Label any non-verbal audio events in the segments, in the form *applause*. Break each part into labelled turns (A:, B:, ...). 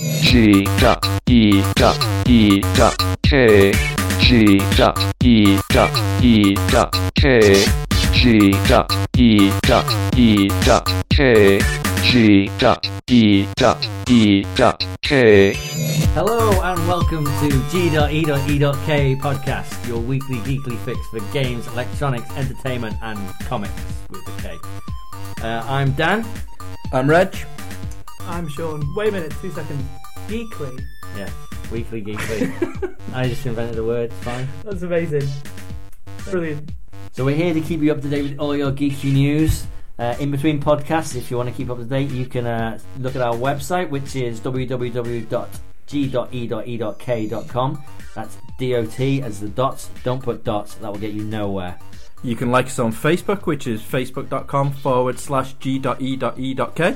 A: G dot E dot E dot K G dot E dot E dot K G dot E dot E dot K G dot E dot E dot K
B: Hello and welcome to G.E.E.K podcast, your weekly geekly fix for games, electronics, entertainment, and comics with the K. Uh, I'm Dan.
C: I'm Reg.
D: I'm Sean. Wait a minute, two seconds. Geekly.
B: Yeah, weekly geekly. *laughs* I just invented a word. it's Fine.
D: *laughs* That's amazing. Brilliant.
B: So we're here to keep you up to date with all your geeky news. Uh, in between podcasts, if you want to keep up to date, you can uh, look at our website, which is e www.g.e.e.k.com. That's dot as the dots. Don't put dots. That will get you nowhere.
C: You can like us on Facebook, which is facebook.com forward slash e g.e.e.k.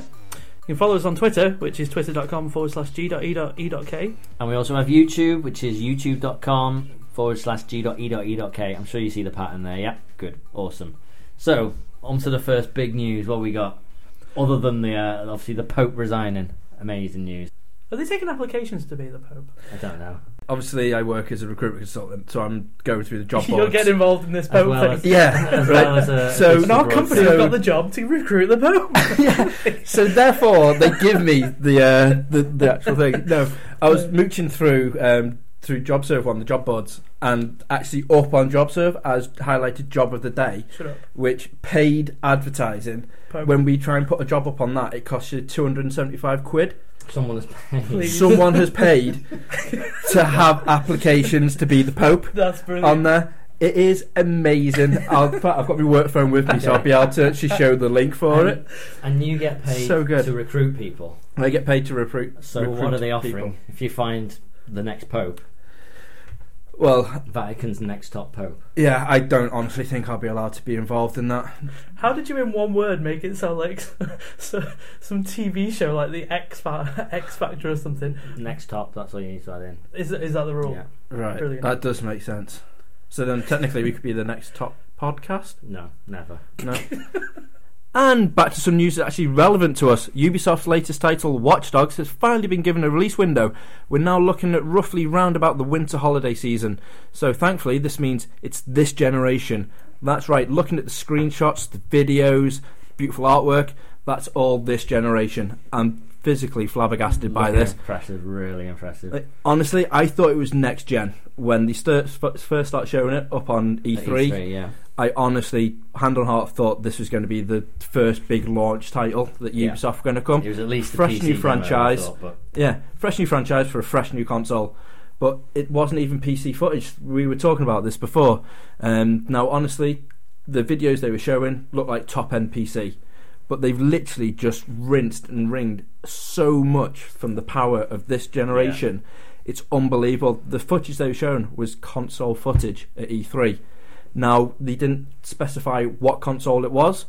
D: You can follow us on Twitter, which is twitter.com forward slash g.e.e.k.
B: And we also have YouTube, which is youtube.com forward slash g.e.e.k. I'm sure you see the pattern there. Yeah, good, awesome. So, on to the first big news. What we got? Other than the uh, obviously the Pope resigning, amazing news.
D: Are they taking applications to be the Pope?
B: I don't know.
C: Obviously, I work as a recruitment consultant, so I'm going through the *laughs* job
D: *laughs* You're
C: boards.
D: getting involved in this
B: As
D: Pope
B: well
C: *laughs*
D: thing. *laughs*
C: yeah,
B: As
C: right.
B: well as, uh,
C: so
D: And our
B: Right.
D: company
C: So-
D: have got the job to recruit the
C: *laughs*
D: Pope.
C: so therefore, they give me the uh, the, the actual thing. No, I was mooching through um, through JobServe on the job boards, and actually up on JobServe as highlighted job of the day,
D: Shut up,
C: which paid advertising.
D: Pope.
C: When we try and put a job up on that, it costs you 275 quid.
B: Someone has
D: Please.
C: someone has paid to have applications to be the Pope
D: *laughs* That's brilliant.
C: on there. It is amazing. I'll, in fact, I've got my work phone with me, so I'll be able to actually show the link for it.
B: and you get paid
C: So good.
B: to recruit people.
C: I get paid to recruit.
B: So what
C: recruit
B: are they offering?
C: people.
B: If you find the next Pope,
C: Well,
B: Vatican's next top Pope.
C: yeah, I don't honestly think I'll be allowed to be involved in that.
D: How did you, in one word, make it sound like *laughs* so, some TV show like the X, Fa- *laughs* X Factor or something?
B: Next top. That's all you need to add in.
D: Is, is that the rule?
B: Yeah.
C: Right,
D: Brilliant.
C: that does make sense. So then, technically, we could be the next top podcast.
B: No, never.
C: No. *laughs* and back to some news that's actually relevant to us. Ubisoft's latest title, Watch Dogs, has finally been given a release window. We're now looking at roughly round about the winter holiday season. So thankfully, this means it's this generation. That's right, looking at the screenshots, the videos, beautiful artwork, that's all this generation. I'm physically flabbergasted by
B: Looking
C: this.
B: Impressive. Really impressive.
C: Like, honestly, I thought it was next gen when they st- f- first start showing it up on E E3.
B: E3 E yeah.
C: I honestly, hand on heart, thought this was going to be the first big launch title that
B: Yeah.
C: Ubisoft were going to come.
B: It was at least a
C: fresh
B: PC
C: new
B: demo, I
C: franchise.
B: thought, but
C: Yeah, fresh new franchise for a fresh new console. But it wasn't even PC footage. We were talking about this before. Um, now, honestly, the videos they were showing looked like top end PC. But they've literally just rinsed and ringed so much from the power of this generation. It's unbelievable. The footage they were showing was console footage at E3. Now, they didn't specify what console it was.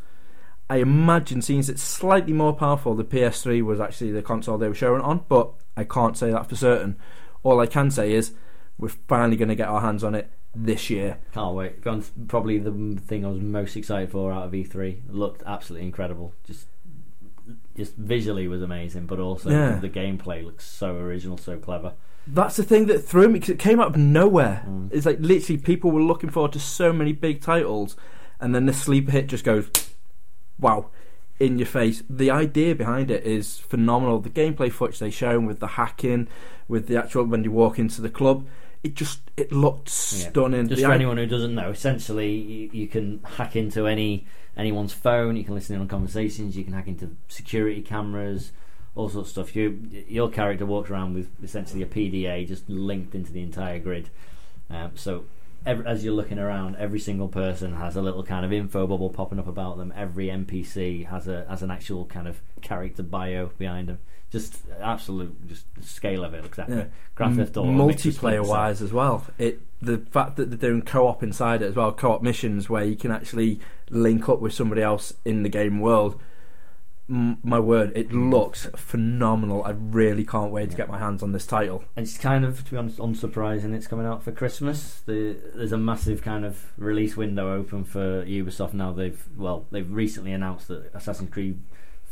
C: I imagine, seeing as it's slightly more powerful, the PS3 was actually the console they were showing it on, but I can't say that for certain. All I can say is we're finally going to get our hands on it this year.
B: Can't wait. Gone probably the m- thing I was most excited for out of E3. Looked absolutely incredible. Just just visually was amazing, but also
C: Yeah.
B: the gameplay looks so original, so clever.
C: That's the thing that threw me because it came out of nowhere.
B: Mm.
C: It's like literally people were looking forward to so many big titles, and then the sleeper hit just goes, wow, in your face. The idea behind it is phenomenal. The gameplay footage they shown with the hacking, with the actual when you walk into the club. It just it looked stunning.
B: Just
C: The
B: for
C: i-
B: anyone who doesn't know, essentially you, you can hack into any anyone's phone. You can listen in on conversations. You can hack into security cameras, all sorts of stuff. You, your character walks around with essentially a PDA just linked into the entire grid. Um, so ev as you're looking around, every single person has a little kind of info bubble popping up about them. Every NPC has a has an actual kind of character bio behind them. Just absolute, just the scale of it looks epic.
C: Yeah.
B: Grand Theft Auto makes us
C: multiplayer
B: look-
C: wise as well. It the fact that they're doing co-op inside it as well, co-op missions where you can actually link up with somebody else in the game world. M- my word, it looks phenomenal. I really can't wait to
B: Yeah.
C: get my hands on this title.
B: It's kind of, to be honest, unsurprising. It's coming out for Christmas. The, there's a massive kind of release window open for Ubisoft now. They've well, they've recently announced that Assassin's Creed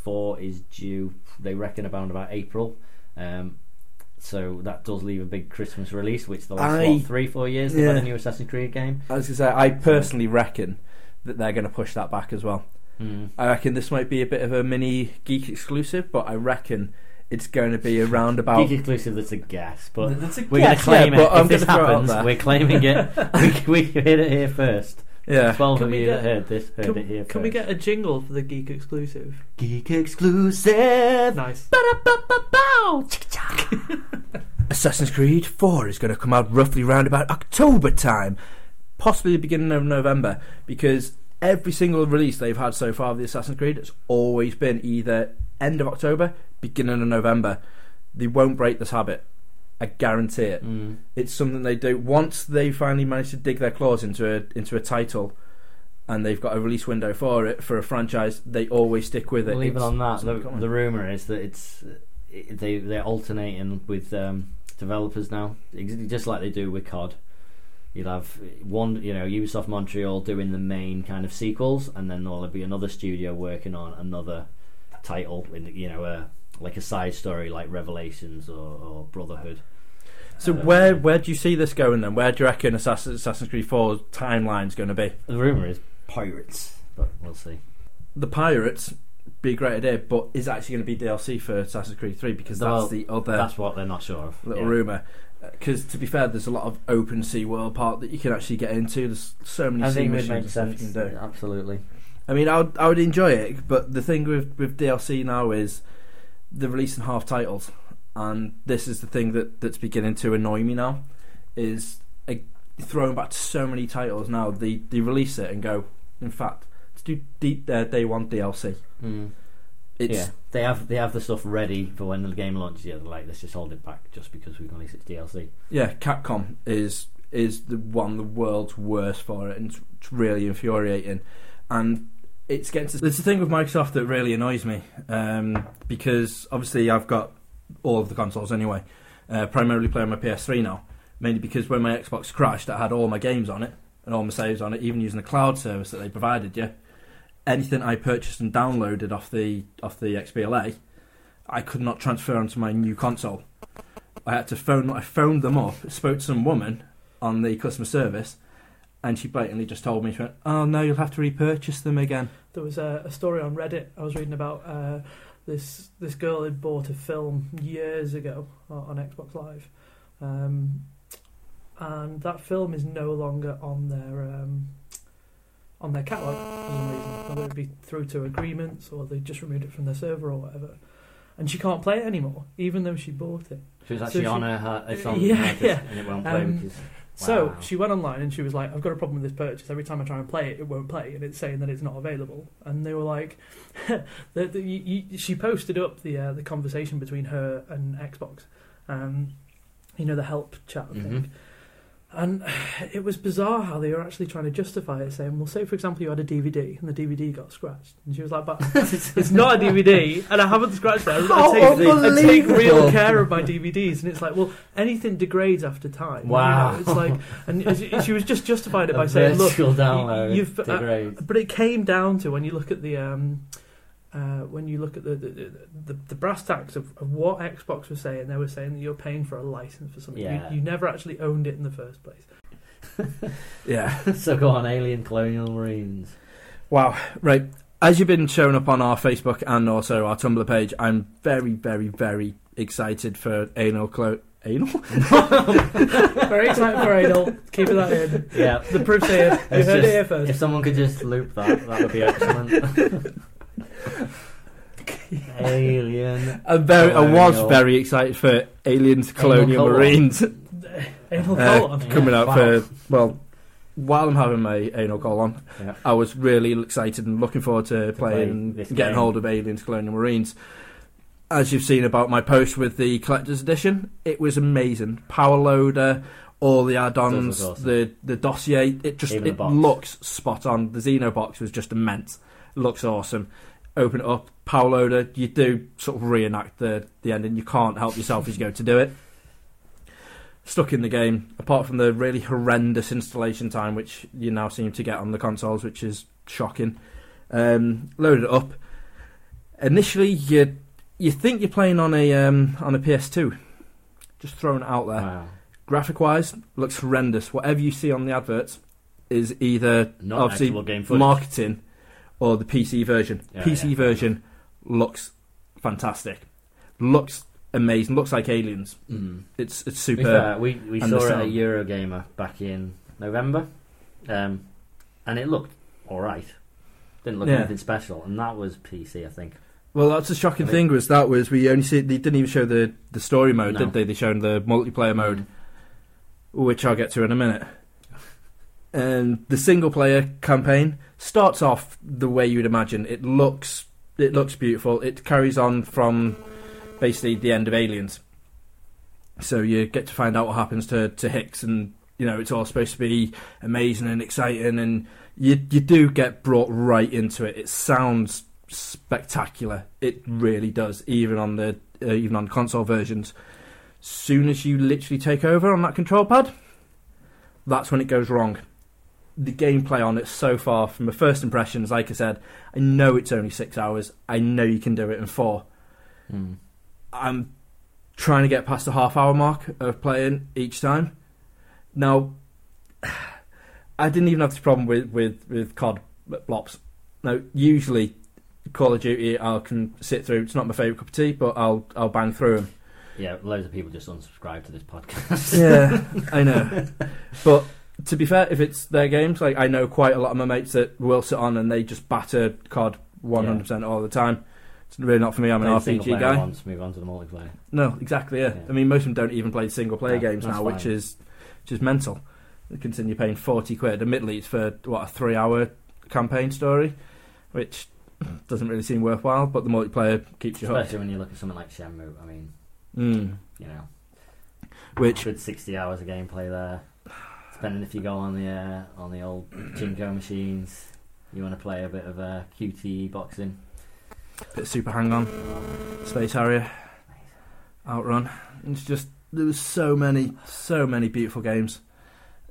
B: Four is due. They reckon around about April. Um, So that does leave a big Christmas release, which the
C: I-
B: last what, three, four years they've had
C: Yeah.
B: a new Assassin's Creed game.
C: I was gonna say, I personally reckon that they're going to push that back as well.
B: Mm.
C: I reckon this might be a bit of a mini geek exclusive, but I reckon it's going to be around about.
B: Geek exclusive, that's a guess, but
D: That's a
B: we're
C: Yeah,
B: going
C: yeah,
B: to claim
C: but
B: it.
C: I'm
B: if this
C: gonna throw it out
B: happens,
C: there.
B: we're
C: *laughs*
B: claiming it. we, we heard it here first.
C: Yeah,
B: Twelve
D: Can
B: of
D: we
B: you that
D: get-
B: heard this heard it here
D: Can
B: first.
D: we get a jingle for the geek exclusive?
B: geek exclusive?
D: Nice.
C: Assassin's Creed Four is going to come out roughly round about October time, possibly the beginning of November, because every single release they've had so far of the Assassin's Creed has always been either end of October, beginning of November. They won't break this habit. I guarantee it.
B: Mm.
C: it's something they do once they finally manage to dig their claws into a into a title and they've got a release window for it for a franchise they always stick with it
B: Well, even
C: It's-
B: on that,
C: it's
B: the,
C: not going.
B: the rumor is that it's it, they they're alternating with um, developers now, Ex- just like they do with COD. You'll have one, you know, Ubisoft Montreal doing the main kind of sequels, and then there'll be another studio working on another title, in, you know, uh, like a side story like Revelations or, or Brotherhood.
C: so
B: Uh,
C: where where do you see this going then where do you reckon Assassin's, Assassin's Creed 4's timeline's going to be
B: The rumor is pirates, but we'll see.
C: the pirates be a great idea but is it actually going to be DLC for Assassin's Creed 3 because that's
B: Well,
C: the other
B: That's what they're not sure of.
C: little
B: Yeah.
C: rumour because to be fair there's a lot of open sea world part that you can actually get into there's so many
B: I
C: sea
B: think it would
C: missions
B: make
C: and stuff you can
B: sense.
C: do.
B: Absolutely.
C: I mean, I would, I would enjoy it, but the thing with, with DLC now is they're releasing half titles, and this is the thing that, that's beginning to annoy me now. Is uh, throwing back to so many titles now. They they release it and go. In fact, let's do D, uh, day one DLC.
B: Mm.
C: It's
B: yeah, they have they have the stuff ready for when the game launches. Yeah, they're like let's just hold it back just because we've released its DLC.
C: yeah, Capcom is is the one of the world's worst for it, and it's- it's really infuriating. And it's getting to there's a thing with Microsoft that really annoys me um, because obviously I've got all of the consoles anyway, uh, primarily playing my PS3 now, mainly because when my Xbox crashed, I had all my games on it and all my saves on it, even using the cloud service that they provided you. Anything I purchased and downloaded off the off the XBLA, I could not transfer onto my new console. I had to phone. I phoned them up, spoke to some woman on the customer service, and she blatantly just told me, she went, "Oh no, you'll have to repurchase them again."
D: There was a, a story on Reddit I was reading about uh, this this girl had bought a film years ago o- on Xbox Live, um, and that film is no longer on their um, on their catalog for some reason. Whether it be through to agreements or they just removed it from their server or whatever, and she can't play it anymore, even though she bought it.
B: So it's
D: So
B: actually
D: she-
B: on a her, it's on
D: *laughs* Yeah,
B: her disc
D: yeah.
B: and it won't play
D: Um,
B: because
D: So
B: Wow.
D: she went online and she was like, I've got a problem with this purchase. Every time I try and play it, it won't play, and it's saying that it's not available. And they were like, *laughs* the, the, you, you, she posted up the uh, the conversation between her and Xbox, um, you know, the help chat thing.
B: Mhm.
D: And *sighs* it was bizarre how they were actually trying to justify it, saying, "Well, say for example you had a DVD and the DVD got scratched," and she was like, "But
B: *laughs*
D: it's not a DVD, and I haven't scratched it. I,
C: How
D: I, take, I take real
C: unbelievable.
D: care of my DVDs." And it's like, "Well, anything degrades after time." you know,
B: Wow.
D: it's like, and as- she was just justified
B: a
D: it by saying, "Look,
B: virtual download
D: you've- uh,
B: degrades.
D: but it came down to when you look at the um, uh, when you look at the the, the, the brass tacks of, of what Xbox was saying. They were saying that you're paying for a license for something.
B: Yeah.
D: You, you never actually owned it in the first place.
C: Yeah.
B: *laughs* so go on, Alien Colonial Marines.
C: Wow. Right. As you've been shown up on our Facebook and also our Tumblr page, I'm very, very, very excited for anal clo anal.
D: *laughs* Very excited for anal. Keeping that in.
B: Yeah.
D: The proof's here. You heard
B: It's
D: it
B: just-
D: here first.
B: If someone could just loop that, that would be
D: *laughs*
B: excellent. Alien.
C: *laughs* I'm very, I was
B: Colonial.
C: very excited for Aliens Colonial
B: colon.
C: Marines *laughs*
D: anal
C: Uh,
D: colon.
B: Yeah,
C: coming out
B: wow.
C: for well. While I'm having my anal colon,
B: Yeah.
C: I was really excited and looking forward to,
B: play
C: playing,
B: this
C: getting
B: game.
C: hold of Aliens Colonial Marines. As you've seen about my post with the collector's edition, it was amazing. Power loader, all the add-ons,
B: Those was awesome.
C: the the dossier. It just
B: Even the
C: it
B: box.
C: looks spot on. The Xeno box was just immense. Looks awesome. Open it up, power loader. You do sort of reenact the the ending. You can't help yourself as you go to do it. Stuck in the game. Apart from the really horrendous installation time, which you now seem to get on the consoles, which is shocking. Um, loaded it up. Initially, you you think you're playing on a um, on a PS2, Just throwing it out there.
B: Wow.
C: Graphic wise, looks horrendous. Whatever you see on the adverts is either
B: Not
C: Obviously,
B: actual game footage.
C: marketing or the PC version.
B: Yeah,
C: PC
B: yeah.
C: version looks fantastic. Looks amazing. Looks like aliens.
B: Mm.
C: It's it's
B: To be
C: super.
B: fair, we we
C: And
B: saw
C: the
B: it at
C: sound.
B: Eurogamer back in November, um, and it looked all right. Didn't look
C: Yeah.
B: anything special, and that was PC, I think.
C: Well, that's the shocking
B: I mean-
C: thing was that was we only see they didn't even show the the story mode,
B: No.
C: did they? They showed the multiplayer mode, which I'll get to in a minute. And the single player campaign starts off the way you'd imagine. It looks it looks beautiful. It carries on from basically the end of Aliens. So you get to find out what happens to, to Hicks and you know, it's all supposed to be amazing and exciting and you you do get brought right into it. It sounds spectacular. It really does, even on the uh, even on console versions. Soon as you literally take over on that control pad, that's when it goes wrong. The gameplay on it so far, from my first impressions, like I said, I know it's only six hours. I know you can do it in four.
B: Mm.
C: I'm trying to get past the half hour mark of playing each time. Now, *sighs* I didn't even have this problem with with with COD blops. Now, usually Call of Duty, I can sit through. It's not my favourite cup of tea, but I'll I'll bang through them.
B: Yeah, loads of people just unsubscribe to this podcast. *laughs*
C: Yeah, I know. But to be fair, if it's their games, like I know quite a lot of my mates that will sit on and they just batter COD 100% all the time. It's really not for me. I'm an
B: Play the
C: RPG
B: single-player
C: guy.
B: Ones, move on to the multiplayer.
C: No, exactly. Yeah.
B: Yeah.
C: I mean, most of them don't even play single player
B: No,
C: games
B: that's
C: now, which
B: fine.
C: is which is mental. They continue paying forty quid. Admittedly, it's for what a three hour campaign story, which doesn't really seem worthwhile. But the multiplayer keeps you hooked.
B: Especially when you look at something like Shenmue. I mean,
C: Mm.
B: you know,
C: Which
B: good sixty hours of gameplay there. Depending if you go on the uh, on the old Jinko machines, you want to play a bit of uh, QTE boxing.
C: bit of super hang on, Space Harrier, Outrun. It's just there was so many, so many beautiful games.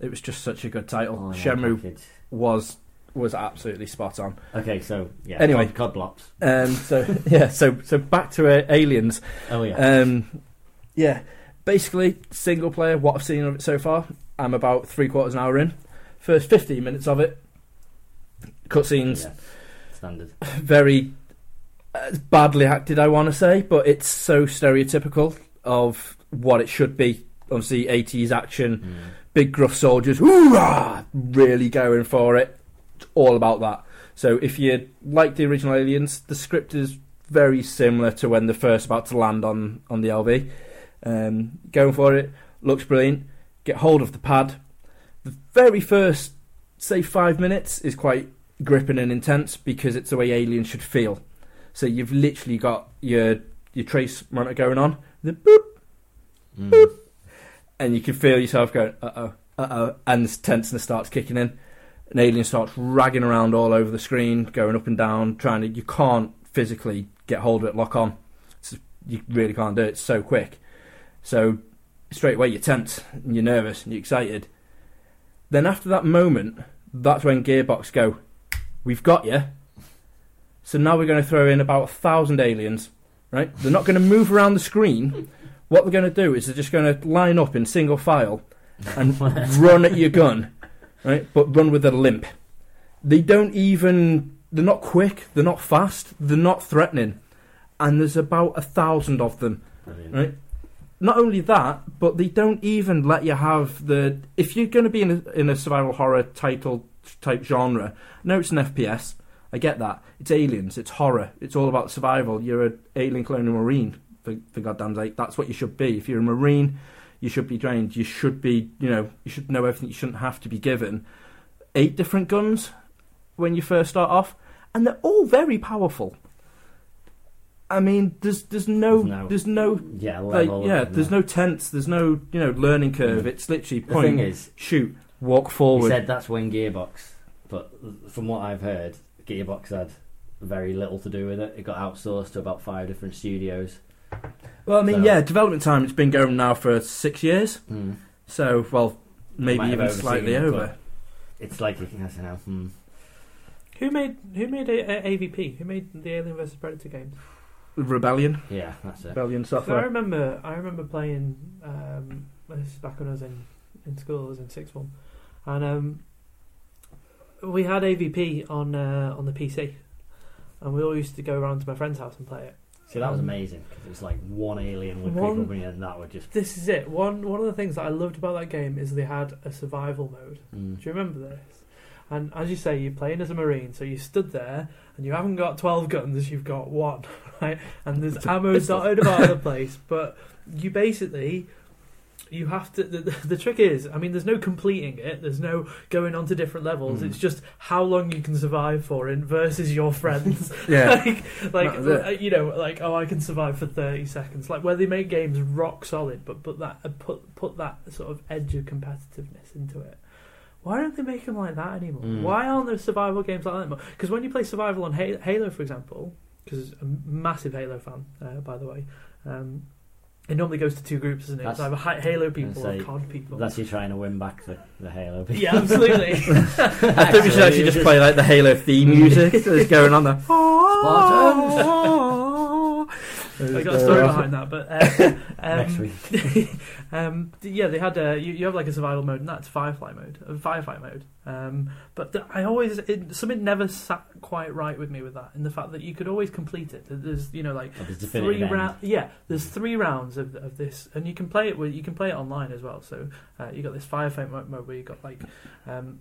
C: It was just such a good title.
B: All in one
C: Shenmue
B: package.
C: was was absolutely spot on.
B: Okay, so yeah.
C: Anyway.
B: cod, cod blops.
C: Um, so *laughs* yeah, so so back to uh, Aliens.
B: Oh yeah.
C: Um, yeah, basically single player. What I've seen of it so far, I'm about three quarters an hour in. First 15 minutes of it, cutscenes,
B: yeah. Standard.
C: very uh, badly acted. I want to say, but it's so stereotypical of what it should be. Obviously, 80s action,
B: Mm.
C: big gruff soldiers, hoorah, really going for it. It's all about that. So if you like the original Aliens, the script is very similar to when they're first about to land on on the LV. Um, going for it looks brilliant. Get hold of the pad. The very first, say five minutes, is quite gripping and intense because it's the way Aliens should feel. So you've literally got your your trace monitor going on. The
B: Mm. *laughs*
C: and you can feel yourself going, uh oh, uh oh, and this tenseness starts kicking in. An alien starts ragging around all over the screen, going up and down, trying to. You can't physically get hold of it, lock on. It's, you really can't do it. It's so quick. So straight away you're tense, and you're nervous, and you're excited. Then after that moment, that's when Gearbox go, "We've got you." So now we're going to throw in about a thousand aliens, right? They're not going to move around the screen. What we're going to do is they're just going to line up in single file and *laughs* run at your gun, right? But run with a limp. They don't even. They're not quick. They're not fast. They're not threatening. And there's about a thousand of them
B: Brilliant.
C: right? Not only that, but they don't even let you have the. If you're going to be in a, in a survival horror title type genre, no, it's an FPS. I get that. It's aliens. It's horror. It's all about survival. You're an alien colonial marine. For, for goddamn sake, that's what you should be. If you're a marine, you should be trained. You should be, you know, you should know everything. You shouldn't have to be given eight different guns when you first start off, and they're all very powerful. I mean, there's there's no
B: There's no-
C: there's no
B: Yeah,
C: like
B: level.
C: yeah, there's no tense, there's no you know learning curve.
B: Mm.
C: It's literally
B: The thing
C: point,
B: is,
C: shoot, walk
B: you
C: forward.
B: said that's when Gearbox, but from what I've heard, Gearbox had very little to do with it. It got outsourced to about five different studios.
C: well, I mean,
B: so-
C: yeah, development time. It's been going now for six years,
B: Mm.
C: so well, maybe
B: Might have
C: even
B: overseen
C: slightly
B: it, but-
C: over.
B: It's like I don't know. Hmm.
D: Who made who made a, a, AVP? Who made the Alien vs Predator games?
C: Rebellion,
B: Yeah, that's it.
C: Rebellion
D: I
C: software.
D: remember, I remember playing. Um, this is back when I was in, in school. I was in sixth form, and um, we had AVP on uh, on the PC, and we all used to go around to my friend's house and play it.
B: See, that was amazing because it was like one alien would
D: um, One-
B: pick up me, and that would just.
D: This is it. One one of the things that I loved about that game is they had a survival mode.
B: Mm.
D: Do you remember this? And as you say, you're playing as a marine, so you stood there and you haven't got twelve guns, you've got one, *laughs* right? And there's
C: It's a
D: ammo
C: pistol.
D: dotted about
C: *laughs*
D: the place, but you basically you have to. The, the, the trick is, I mean, there's no completing it. There's no going on to different levels.
C: Mm.
D: It's just how long you can survive for in versus your *laughs* friends.
C: *laughs*
B: *laughs*
D: *laughs*
C: Yeah,
D: like, like
C: was it.
D: uh, you know, like oh, I can survive for thirty seconds. Like where they make games rock solid, but put that uh, put put that sort of edge of competitiveness into it. Why don't they make them like that anymore?
B: Mm.
D: Why aren't there survival games like that anymore? Because when you play survival on Ha- Halo, for example, because I'm a massive Halo fan, uh, by the way. Um, it normally goes to two groups, isn't it? It's
B: That's-
D: either Ha- Halo people
B: say,
D: or COD people.
B: That's you trying to win back the, the Halo. people.
D: *laughs* yeah,
B: *laughs*
D: absolutely.
C: I think we should actually
B: Actually,
C: just play like the
B: *laughs*
C: Halo theme music that's going on there. *laughs*
D: I got a story behind that, but uh, um,
B: *laughs* Next week.
D: *laughs* um, d- yeah, they had a, you, you have like a survival mode, and that's firefight mode, uh, firefight mode. Um, but th- I always it, something never sat quite right with me with that, and the fact that you could always complete it. That There's you know like
B: Of the definitive
D: three
B: end.
D: round, yeah, there's three rounds of, of this, and you can play it with you can play it online as well. So uh, you got this firefight mo- mode where you got like um,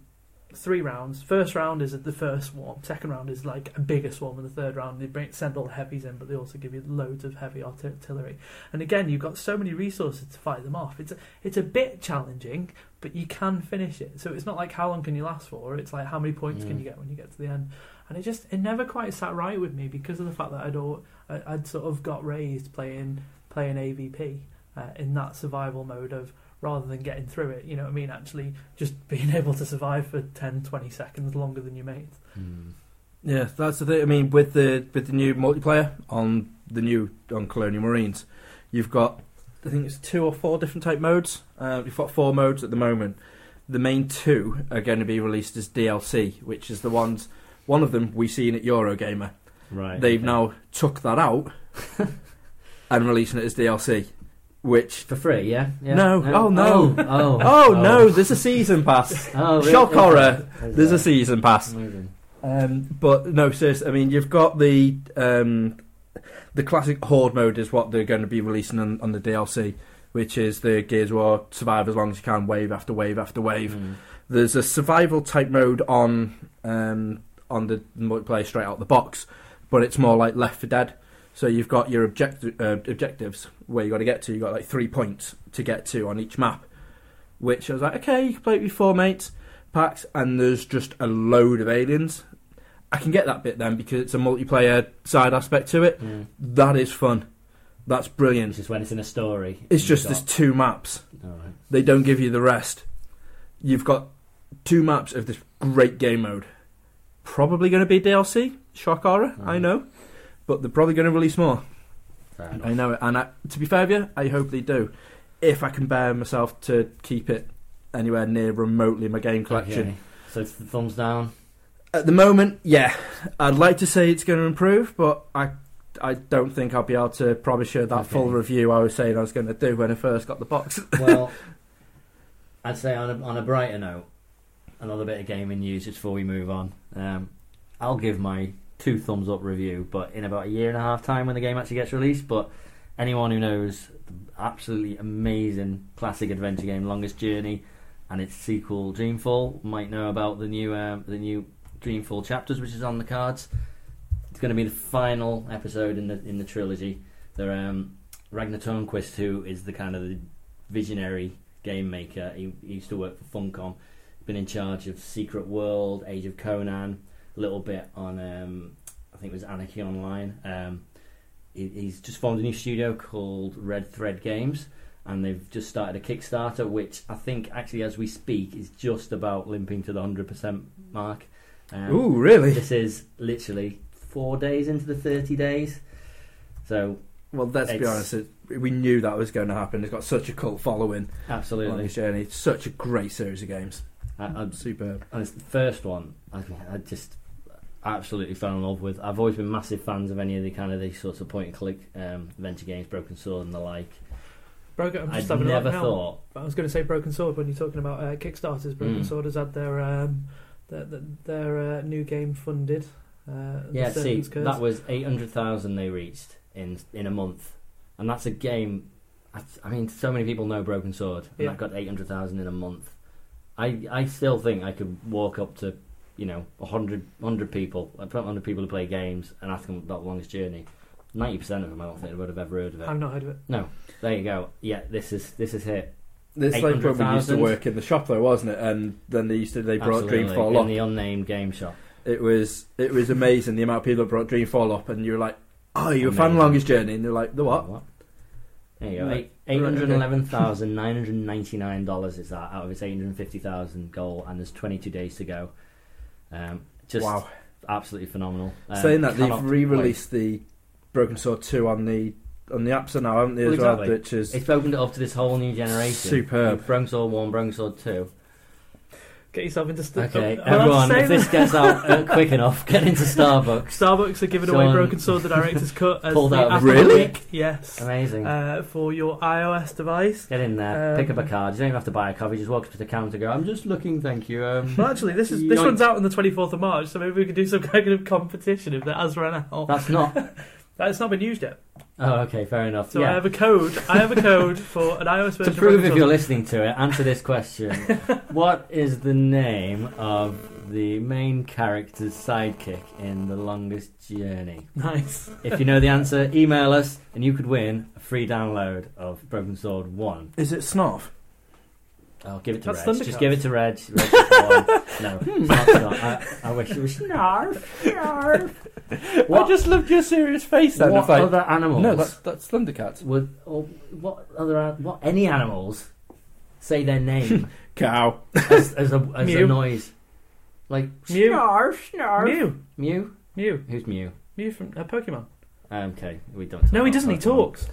D: three rounds. First round is the first swarm. Second round is like a bigger swarm, and the third round they bring, send all the heavies in, but they also give you loads of heavy art- artillery. And again, you've got so many resources to fight them off. It's a, it's a bit challenging, but you can finish it. So it's not like how long can you last for. It's like how many points can
B: Mm.
D: you get when you get to the end. And it just it never quite sat right with me because of the fact that I'd all, I, I'd sort of got raised playing playing AVP uh, in that survival mode of rather than getting through it. You know what I mean? Actually, just *laughs* being able to survive for 10, 20 seconds longer than your mate.
B: Mm.
C: Yeah, that's the thing. I mean, with the with the new multiplayer on the new on Colonial Marines, you've got I think it's two or four different type modes. Uh, you've got four modes at the moment. The main two are going to be released as DLC, which is the ones. One of them we seen at Eurogamer.
B: Right.
C: They've
B: okay.
C: now took that out
B: *laughs*
C: and releasing it as DLC. Which
B: For free, yeah? yeah.
C: No. Oh, no.
B: Oh,
C: oh no, there's a season pass.
B: Oh, really?
C: Shock
B: Is
C: horror.
B: there? Is
C: There's
B: there?
C: a season pass.
B: Amazing.
C: Um, but no, seriously, I mean, you've got the um, the classic horde mode is what they're going to be releasing on, on the DLC, which is the Gears of War survive as long as you can, wave after wave after wave.
B: Mm.
C: There's a survival type mode on um, on the multiplayer straight out the box, but it's more like Left for Dead. So you've got your objecti- uh, objectives where you got to get to. You have got like three points to get to on each map, which I was like, okay, you can play it with four mates packs, and there's just a load of aliens. I can get that bit then because it's a multiplayer side aspect to it.
B: Mm.
C: That is fun. That's
B: It's
C: brilliant.
B: just when it's in a story.
C: It's
B: you've
C: just
B: got-
C: there's two maps.
B: All right.
C: They don't give you the rest. You've got two maps of this great game mode. Probably going to be DLC. Shock horror, I
B: Mhm.
C: know. But they're probably going to release more.
B: Fair enough.
C: Mm-hmm. I know it. And I, to be fair with you, I hope they do. If I can bear myself to keep it anywhere near remotely my game collection.
B: Okay. So th- thumbs down.
C: At the moment, yeah, I'd like to say it's going to improve, but I, I don't think I'll be able to promise you that
B: Okay.
C: full review I was saying I was going to do when I first got the box.
B: Well, *laughs* I'd say on a, on a brighter note, another bit of gaming news just before we move on. Um, I'll give my two thumbs up review, but in about a year and a half time when the game actually gets released. But anyone who knows, the absolutely amazing classic adventure game, Longest Journey, and its sequel, Dreamfall, might know about the new um, the new Dreamfall chapters, which is on the cards. It's going to be the final episode in the in the trilogy. There, um, Ragnar Tornquist, who is the kind of the visionary game maker. He, he used to work for Funcom. Been in charge of Secret World, Age of Conan, a little bit on um, I think it was Anarchy Online. Um, he, he's just formed a new studio called Red Thread Games, and they've just started a Kickstarter, which I think actually, as we speak, is just about limping to the hundred percent mark. Um,
C: Ooh, really?
B: This is literally four days into the thirty days, so
C: Well, let's be
B: It's-
C: honest, it, we knew that was going to happen. It's got such a cult following on
B: absolutely.
C: this journey. It's such a great series of games.
B: I, I'm
C: Superb.
B: And it's the first one. I, I just absolutely fell in love with. I've always been massive fans of any of the kind of these sorts of point and click um, adventure games, Broken Sword and the like.
D: Broken, I'm just
B: I'd
D: having
B: never
D: a look now.
B: thought
D: But I was going to say Broken Sword when you're talking about uh, Kickstarters. Broken
B: Mm.
D: Sword has had their um, their, their, their uh, new game funded. Uh,
B: Yeah,
D: The
B: see,
D: Serpent's Curse.
B: that was eight hundred thousand they reached in in a month, and that's a game. I, I mean, so many people know Broken Sword, and
D: Yeah.
B: that got eight hundred thousand in a month. I I still think I could walk up to you know 100, 100 people, I put hundred people to play games, and ask them about Longest Journey. Ninety percent of them, I don't think, would have ever heard of it.
D: I've not heard of it.
B: there you go. Yeah, this is this is it.
C: This like when we used to
B: 800,000.
C: work in the shop though, wasn't it? And then they used to they brought
B: Absolutely.
C: Dreamfall
B: in
C: up.
B: the unnamed game shop.
C: It was it was amazing the amount of people that brought Dreamfall up, and you were like, "Oh, you're a fan of
B: Amazing.
C: Longest Journey," and they're like, "The what?"
B: There you go.
C: Right.
B: Eight eight hundred eleven thousand nine hundred ninety nine dollars is that out of its eight hundred fifty thousand goal, and there's twenty two days to go. Um, just
C: wow!
B: absolutely phenomenal. Um,
C: Saying that they've
B: cannot
C: re-released the Broken Sword two on the on the app store now, haven't they?
B: Well,
C: as well,
B: exactly.
C: which
B: wait.
C: is
B: It's opened it up to this whole new generation.
C: Superb.
B: You've Broken Sword one, Broken Sword two.
D: Get yourself into St-
B: Okay,
D: I'm allowed to
B: everyone,
D: say
B: if this
D: that.
B: gets out
D: *laughs*
B: uh, quick enough, get into Starbucks.
D: Starbucks are giving away
B: Someone
D: Broken Sword, the
B: *laughs*
D: director's cut, as
B: pulled
D: the
B: out of
D: app
B: the-
D: of the
C: Really?
D: week. Yes.
B: Amazing.
D: Uh, for your
B: *laughs*
D: iOS device.
B: Get in there, pick up
D: um,
B: a card. You don't even have to buy a coffee. Just walk up to the counter, go. I'm just looking, thank you. Um,
D: Well, actually, this is this
B: Yoink.
D: one's out on the 24th of March, so maybe we could do some *laughs* kind of competition if that has run out.
B: that's not.
D: That's not been used yet.
B: Oh, okay, fair enough.
D: So
B: yeah.
D: I have a code. I have a
B: *laughs*
D: code for an iOS version.
B: to
D: of
B: prove
D: Broken
B: if
D: Sword.
B: you're listening to it, answer this question.
D: *laughs*
B: what is the name of the main character's sidekick in The Longest Journey?
D: nice.
B: If you know the answer, email us and you could win a free download of Broken Sword 1.
C: is it Snarf?
B: I'll give it to Reg.
D: That's Thundercats. Hmm.
B: Just give it to Reg. Reg one. no,
D: *laughs*
B: it's not, it's not. I, I wish it was Snarf. Snarf. What,
C: I just loved your serious face then.
B: what
C: if I-
B: other animals?
C: no, that's that's Thundercats.
B: would, or what other an- what any animals say their name
C: Cow.
B: as, as a as
D: Mew.
B: a noise. Like
D: Mew.
B: snarf, snarf.
D: Mew.
B: Mew?
D: Mew.
B: Who's Mew?
D: Mew from uh, Pokemon.
B: Um, okay, we don't. Talk
D: No, he
B: about
D: doesn't. He
B: Pokemon.
D: talks.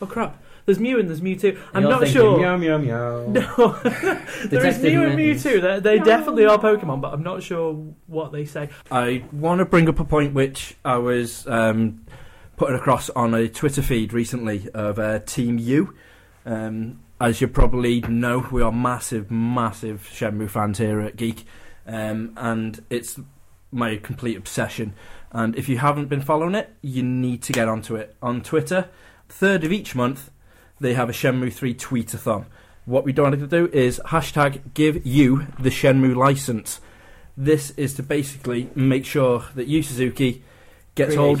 D: Oh, crap. There's Mew and there's Mewtwo. I'm
B: You're
D: not
B: thinking,
D: sure.
B: Meow meow meow.
D: *laughs* No, *laughs* there is
B: Detective
D: Mew and
B: Mittens.
D: Mewtwo. They, they
B: No.
D: definitely are Pokemon, but I'm not sure what they say.
C: I want to bring up a point which I was um, putting across on a Twitter feed recently of uh, Team U. Um, as you probably know, we are massive, massive Shenmue fans here at Geek, um, and it's my complete obsession. And if you haven't been following it, you need to get onto it on Twitter. Third of each month, they have a Shenmue 3 tweetathon. What we don't want to do is hashtag give you the Shenmue license. This is to basically make sure that you, Suzuki, gets hold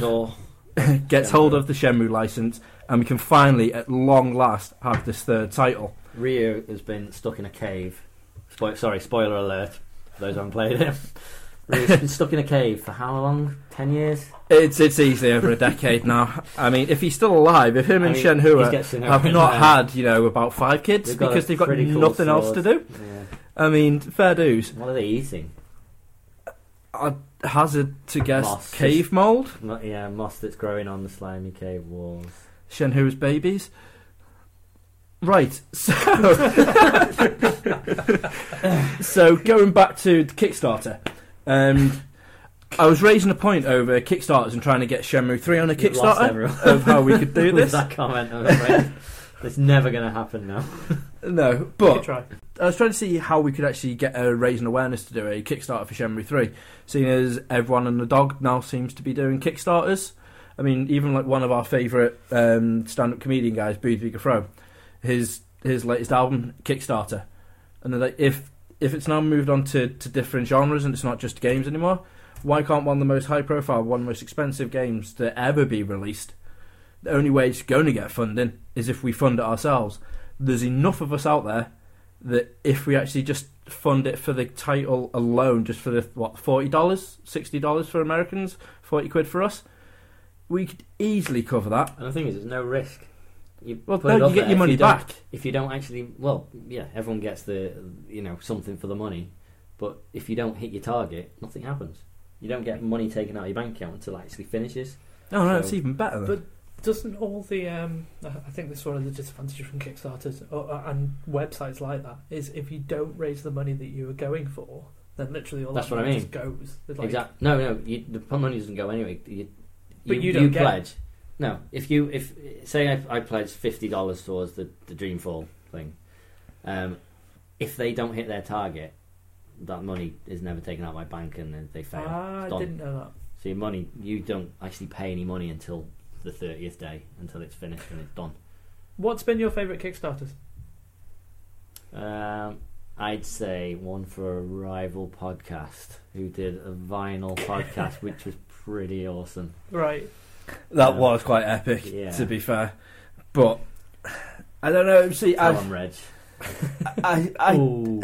B: Creator.
C: gets
B: Shenmue.
C: hold of the Shenmue license, and we can finally, at long last, have this third title.
B: Ryu has been stuck in a cave. Spoil sorry, spoiler alert. For those who haven't played
D: *laughs*
B: it. Ryu's been stuck in a cave for how long? Ten years.
C: It's it's easily over a decade now. I mean, if he's still alive, if him
B: I mean,
C: and
B: he's
C: Shenhua
B: getting
C: have
B: over it
C: not
B: now.
C: had, you know, about five kids
B: They've got
C: because
B: a
C: they've got
B: pretty cool
C: nothing else to
B: sword.
C: do.
B: Yeah.
C: I mean, fair dues.
B: What are they eating?
C: I'd hazard to guess
B: Moss.
C: cave mold,
B: Mo- Yeah, moss that's growing on the slimy cave walls.
C: Shenhua's babies. Right, *laughs* so so going back to the Kickstarter, um, I was raising a point over Kickstarters and trying to get Shenmue three on a
B: We've lost
C: Kickstarter
B: everyone.
C: of how we could
B: *laughs*
C: do
B: With
C: this.
B: that comment, I'm afraid. *laughs* it's never going to happen now.
C: No,
D: Good
C: but
D: try.
C: I was trying to see how we could actually get a raise an awareness to do a Kickstarter for Shenmue 3, seeing as everyone and the dog now seems to be doing Kickstarters. I mean, even like one of our favourite um, stand-up comedian guys, Boudvika Fro, his his latest album Kickstarter, and they're like, if if it's now moved on to, to different genres and it's not just games anymore, why can't one of the most high-profile, one of the most expensive games to ever be released? The only way it's going to get funding is if we fund it ourselves. There's enough of us out there that if we actually just fund it for the title alone, just for the what forty dollars, sixty dollars for Americans, forty quid for us, we could easily cover that.
B: And the thing is, there's no risk. You
C: Well,
B: put it
C: no,
B: up
C: you get
B: there,
C: your
B: if
C: money
B: don't-
C: back.
B: If you don't actually, well, yeah, everyone gets the, you know, something for the money. But if you don't hit your target, nothing happens. You don't get money taken out of your bank account until it actually finishes.
C: No, no,
B: So-
C: it's even better. Than.
D: But- Doesn't all the um, I I think this is one of the disadvantages from uh, Kickstarters or, and websites like that is if you don't raise the money that you were going for, then literally all
B: That's
D: that
B: what I
D: money
B: mean.
D: just goes. It's like-
B: Exact. No, no. You, the money doesn't go anyway. You,
D: But you don't get it.
B: pledge. No, if you if say I, I pledge fifty dollars towards the the Dreamfall thing, um, if they don't hit their target, that money is never taken out of my bank and then they fail.
D: Ah, I
B: It's done.
D: didn't know that.
B: So your money, you don't actually pay any money until the thirtieth day, until it's finished and it's done.
D: What's been your favourite Kickstarters?
B: Um, I'd say one for a rival podcast who did a
D: *laughs*
B: vinyl podcast, which was pretty awesome.
D: Right.
C: That
B: Yeah.
C: was quite epic,
B: Yeah.
C: to be fair. But I don't know. See,
B: Tell
C: I've,
B: 'em, Reg.
C: I, I,
B: Ooh.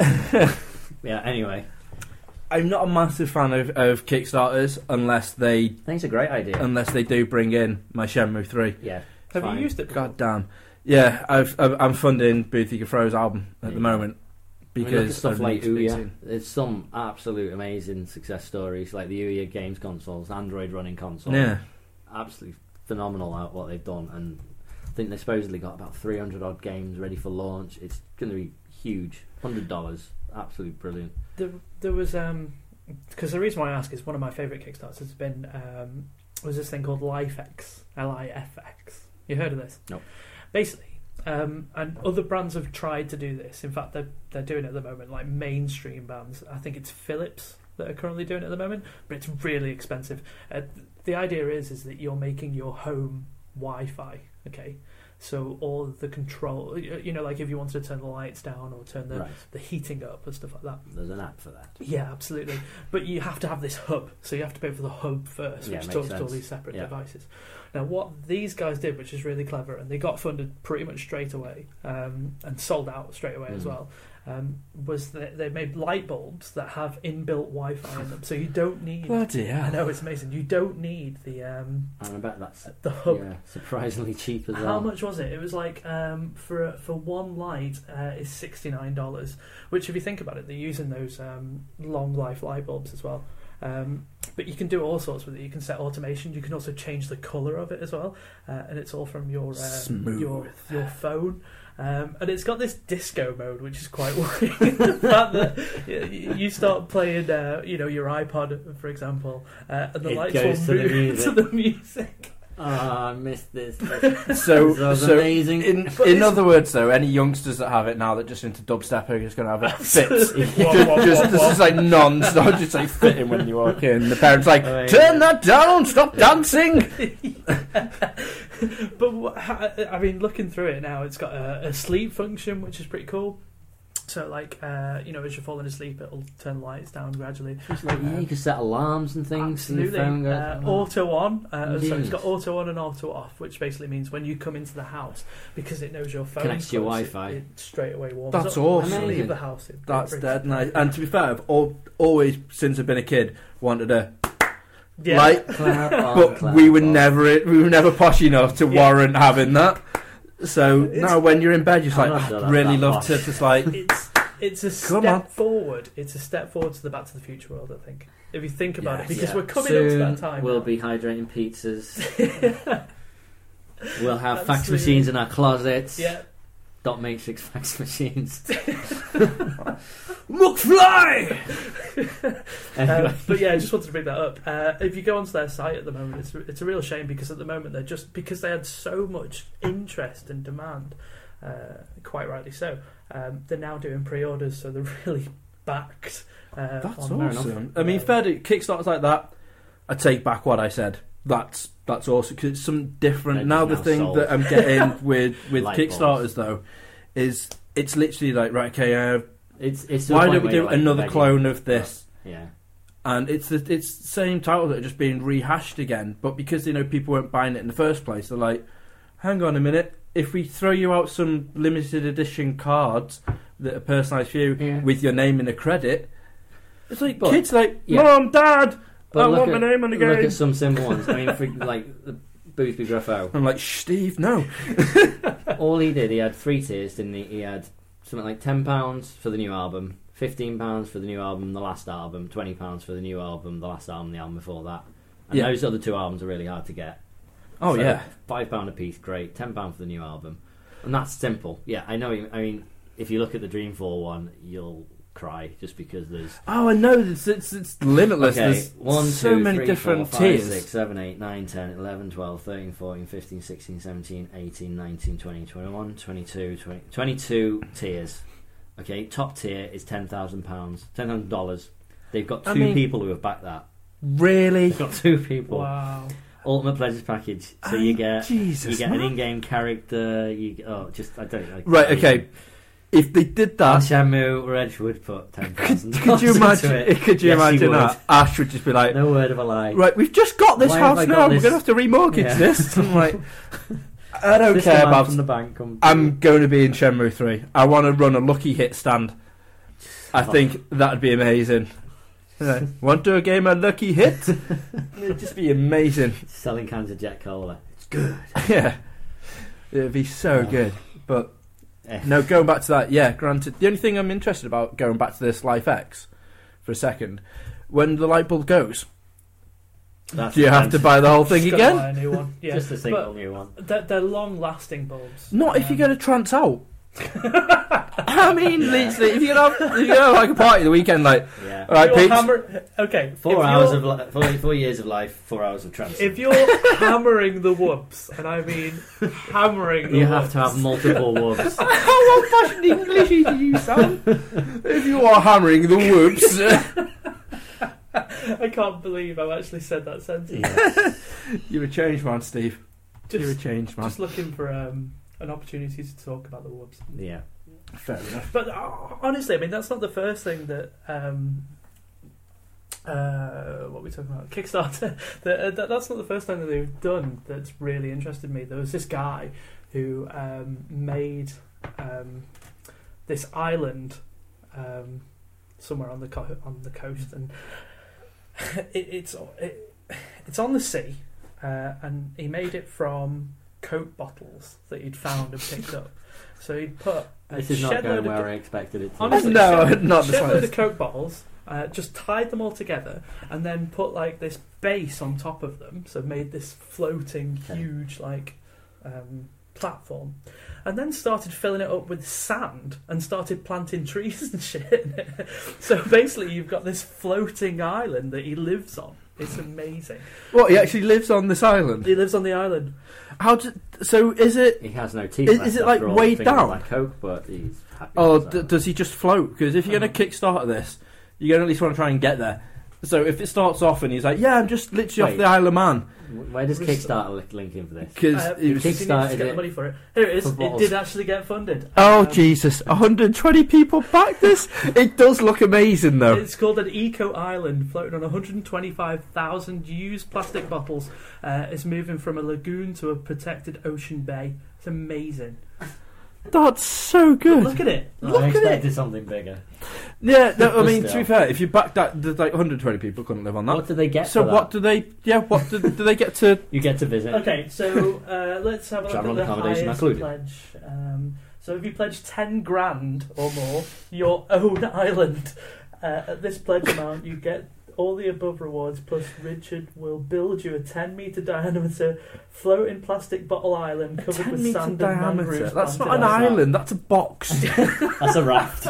B: yeah. Anyway,
C: *laughs* I'm not a massive fan of, of Kickstarters unless they
B: I think it's a great idea.
D: Um,
C: unless they do bring in my Shenmue three.
B: yeah.
D: Have
B: fine.
D: you used it? before?
C: God damn. Yeah, I've, I've, I'm funding Booth You Throw's album at
B: Yeah.
C: the moment
B: I mean,
C: because
B: look at stuff
C: of
B: like
C: me
B: Ouya.
C: speaking.
B: There's some absolute amazing success stories, like the Ouya games consoles, Android running console.
C: Yeah,
B: absolutely phenomenal at what they've done, and I think they supposedly got about 300 odd games ready for launch. It's going to be huge. Hundred dollars, absolutely brilliant.
D: There, there was um, because the reason why I ask is one of my favourite Kickstarters has been um, was this thing called LifeX, L I F X. You heard of this?
B: No.
D: Basically, um, and other brands have tried to do this. In fact, they're they're doing it at the moment, like mainstream bands. I think it's Philips that are currently doing it at the moment, but it's really expensive. Uh, the idea is is that you're making your home Wi-Fi. Okay. So all of the control, you know, like if you wanted to turn the lights down or turn the
B: right,
D: the heating up and stuff like that.
B: there's an app for that.
D: Yeah, absolutely. But you have to have this hub, so you have to pay for the hub first,
B: Yeah,
D: which
B: makes
D: talks to all
B: sense.
D: these separate
B: Yeah.
D: devices. Now, what these guys did, which is really clever, and they got funded pretty much straight away um, and sold out straight away as
B: Mm.
D: well, um, was that they made light bulbs that have inbuilt Wi-Fi in them, so you don't need.
C: bloody
D: I
C: hell.
D: know it's amazing. You don't need the um,
B: And I bet that's
D: the hub
B: yeah, surprisingly cheap as well.
D: how much was it? It was like um, for for one light uh, is sixty nine dollars. Which, if you think about it, they're using those um, long life light bulbs as well. Um, but you can do all sorts with it. You can set automation. You can also change the color of it as well, uh, and it's all from your uh,
C: Smooth.
D: your your phone. Um, and it's got this disco mode, which is quite *laughs* worrying. the fact that y- y- you start playing, uh, you know, your iPod, for example, uh, and the
B: It
D: lights
B: goes to
D: will
B: the
D: move *laughs* to
B: music.
D: the music.
B: Ah, I missed
D: *laughs*
B: this. That
C: *laughs* So,
B: was
C: so
B: amazing.
C: in, in other words, though, any youngsters that have it now that just into dubstep are just going to have *laughs*
D: *laughs*
C: it fits.
D: Absolutely.
C: just, just, this is like non-stop, just like fitting when you walk in. The parents like,
B: Amazing.
C: turn that down, stop dancing.
D: *laughs* But wha- I I mean, looking through it now, it's got a, a sleep function, which is pretty cool. So, like, uh, you know, as you're falling asleep, it'll turn lights down gradually.
B: yeah, you can set alarms and things. And your
D: Absolutely.
B: phone goes,
D: uh,
B: "Oh."
D: auto on. Uh, so it's got
B: Yes.
D: auto on and auto off, which basically means when you come into the house, because it knows your phone
B: Connects to your Wi-Fi.
D: It, it straight away warms
C: That's
D: up. When you
B: awesome.
D: leave the house. It, it
C: That's
D: brings-
C: dead nice. And to be fair, I've al- always, since I've been a kid, wanted a
D: Yeah.
C: light
B: "Oh, Cloud on,
C: but
B: cloud
C: we were
B: on.
C: never we were never posh enough to
D: Yeah.
C: warrant having that. So
D: It's-
C: now when you're in bed, you're just
B: I'm
C: like,
B: not
C: "Oh,
B: that-
C: I'd really
B: that
C: love
B: posh."
C: to just like. *laughs*
D: it's it's a
C: Come
D: step
C: on.
D: forward. It's a step forward to the Back to the Future world. I think if you think about
C: Yes.
D: it, because
B: Yeah.
D: we're coming
B: Soon
D: up to that time.
B: We'll
D: now.
B: be hydrating pizzas.
D: *laughs*
B: we'll have fax
D: Absolutely.
B: machines in our closets.
D: yeah. *laughs*
B: Dot matrix fax *laughs* machines.
C: McFly!
B: anyway,
D: Um, but yeah, I just wanted to bring that up. Uh, if you go onto their site at the moment, it's it's a real shame because at the moment they're just because they had so much interest and demand, uh, quite rightly so. Um, they're now doing pre-orders, so they're *laughs* really backed. Uh,
C: That's
B: Oh,
D: on that.
C: awesome. I mean, fair to Kickstarters like that, I take back what I said. That's that's awesome because it's something different.
B: They're
C: Now the
B: just now
C: thing
B: sold.
C: that I'm
B: *laughs*
C: getting with with
B: Light
C: Kickstarters though is it's literally like right, okay, uh,
B: it's it's. to the
C: why
B: point
C: don't we
B: where you're
C: do
B: like,
C: another
B: begging.
C: clone of this?
B: Yeah,
C: and it's the it's the same title that are just being rehashed again. But because they know people weren't buying it in the first place, they're like, "Hang on a minute, if we throw you out some limited edition cards that are personalised for you
B: Yeah.
C: with your name and a credit," it's like
B: But-
C: kids like,
B: yeah.
C: "Mom, Dad,
B: But
C: I
B: look
C: want
B: at-
C: my name on the
B: look
C: game."
B: at some simple ones. I *laughs* mean, for like the Boothby Griffo,
C: I'm like, "Steve, no."
B: all he did, he had three tiers, didn't he? He had something like ten pounds for the new album, fifteen pounds for the new album, the last album, twenty pounds for the new album, the last album, the album before that. And
C: Yeah.
B: those other two albums are really hard to get.
C: Oh
B: So,
C: yeah,
B: five pound a piece, great. Ten pound for the new album, and that's simple. Yeah, I know. you- I mean, if you look at the Dreamfall one, you'll cry just because there's
C: Oh, I know. It's, it's, it's limitless. There's
B: one,
C: so
B: two,
C: many
B: three,
C: different
B: four, five,
C: tiers.
B: six, seven, eight, nine, 10, 11, 12, 13, 14, 15, 16, 17, 18, 19, 20, 21, 22, 20 22 tiers. Okay, top tier is ten thousand pounds, ten thousand dollars. They've got two
C: I mean-
B: people who have backed that.
C: Really?
B: They've got two people.
D: Wow.
B: Ultimate pleasures package. So you get
C: Oh, Jesus.
B: you get an
C: man.
B: in-game character. You get, oh, just I don't know.
C: Right, okay. If they did
B: And
C: that,
B: Shamu or Edgewood put ten thousand. *laughs*
C: could you imagine? *laughs* Could you
B: Yes, he
C: imagine
B: would.
C: that Ash would just be like,
B: No word of a lie.
C: "Right, we've just got this
B: Why have I
C: house
B: got
C: now.
B: this-
C: We're gonna have to remortgage
B: Yeah. *laughs*
C: this." I'm like, I don't
B: This
C: care
B: demand
C: about.
B: from the bank. come
C: *laughs* I'm going to be in Shenmue three. I want to run a lucky hit stand. I
B: Oh.
C: think that'd be amazing. You know, Want to a game a lucky hit?
B: *laughs*
C: It'd just be amazing. *laughs*
B: selling cans of Jack Cola.
C: yeah, it'd be so
B: Oh.
C: good. But
B: Eh.
C: No, going back to that, yeah, granted. The only thing I'm interested about going back to this Life X for a second, when the light bulb goes,
B: That's
C: do you have to
B: expensive.
C: buy the whole thing
D: Just gotta
C: again?
D: buy a new
C: *laughs*
D: one. Yeah.
B: Just a single new one.
D: They're, they're long-lasting bulbs.
C: Not if
D: Um,
C: you're going to trance out. *laughs* I mean, literally, if you have, if you have like a party the weekend, like,
B: Yeah.
C: all right,
D: if you're
C: peeps,
D: hammer- okay.
B: Four
D: if
B: hours
D: you're-
B: of li- four, four years of life, four hours of trance.
D: If you're hammering the whoops, and I mean *laughs* hammering the
B: you have
D: whoops,
B: to have multiple warps.
D: *laughs*
C: how old-fashioned English do *laughs* you sound? *laughs* if you are hammering the whoops, *laughs*
D: I can't believe I've actually said that sentence.
C: you're a changed man, Steve. you're a
D: Just,
C: changed man.
D: just looking for um, an opportunity to talk about the whoops.
B: Yeah.
C: Fair enough.
D: But uh, honestly, I mean, that's not the first thing that. Um, uh, what are we talking about? Kickstarter. *laughs* that, uh, that, that's not the first time that they've done that's really interested me. There was this guy who um, made um, this island um, somewhere on the co- on the coast, and *laughs* it, it's it, it's on the sea, uh, and he made it from Coke bottles that he'd found and picked up. So he'd put a
B: This is not
D: shed
B: going
D: load of
B: where I expected it to.
D: Honestly,
B: *laughs*
C: No,
D: shit-
C: not the
D: shitload
C: slightest.
D: of Coke bottles, uh, just tied them all together, and then put like this base on top of them, so made this floating,
B: Okay.
D: huge like um, platform, and then started filling it up with sand and started planting trees *laughs* and shit. in it. so basically, you've got this floating island that he lives on. It's amazing.
C: What, he actually lives on this island?
D: He lives on the island.
C: How do, so is it
B: He has no teeth.
C: Is-
B: left
C: is it,
B: after
C: like,
B: all
C: weighed
B: the fingers
C: down?
B: Like Coke, but he's happy.
C: Oh,
B: with
C: d-
B: that.
C: does he just float? Because if you're going to kickstart this, you're going to at least want to try and get there. So if it starts off and he's like, "Yeah, I'm just literally
B: Wait.
C: off the Isle of Man,"
B: Where does Kickstarter li- link in for this?
C: because
D: Uh,
C: he was,
D: he needs to
B: Kickstarted
D: get the
B: it
D: money for it. Here it is.
B: for
D: It
B: bottles.
D: did actually get funded.
C: oh
D: Um,
C: Jesus, 120 people back *laughs* this. it does look amazing though.
D: It's called an eco island, floating on 125,000 used plastic bottles. Uh, it's moving from a lagoon to a protected ocean bay. It's amazing.
C: That's so good.
D: Look at it.
B: I
C: look at
B: expected something bigger.
C: yeah, no, I mean to
B: Still.
C: be fair, if you back that, there's like 120 people couldn't live on that.
B: What do they get?
C: so
B: for that?
C: what do they? Yeah, what do, do they get to?
B: you get to visit?
D: Okay, so uh, let's have a look
B: Travel
D: at the
B: accommodation
D: highest
B: included.
D: pledge. Um, so if you pledge 10 grand or more, your *laughs* own island, uh, at this pledge amount, you get all the above rewards, plus Richard will build you a 10 metre diameter floating plastic bottle island covered
C: 10
D: with
C: meter
D: sand and
C: diameter.
D: mangroves.
C: That's not
D: planted
C: an
D: on it.
B: island.
C: island. That's a box.
B: That's a
D: *laughs*
B: raft.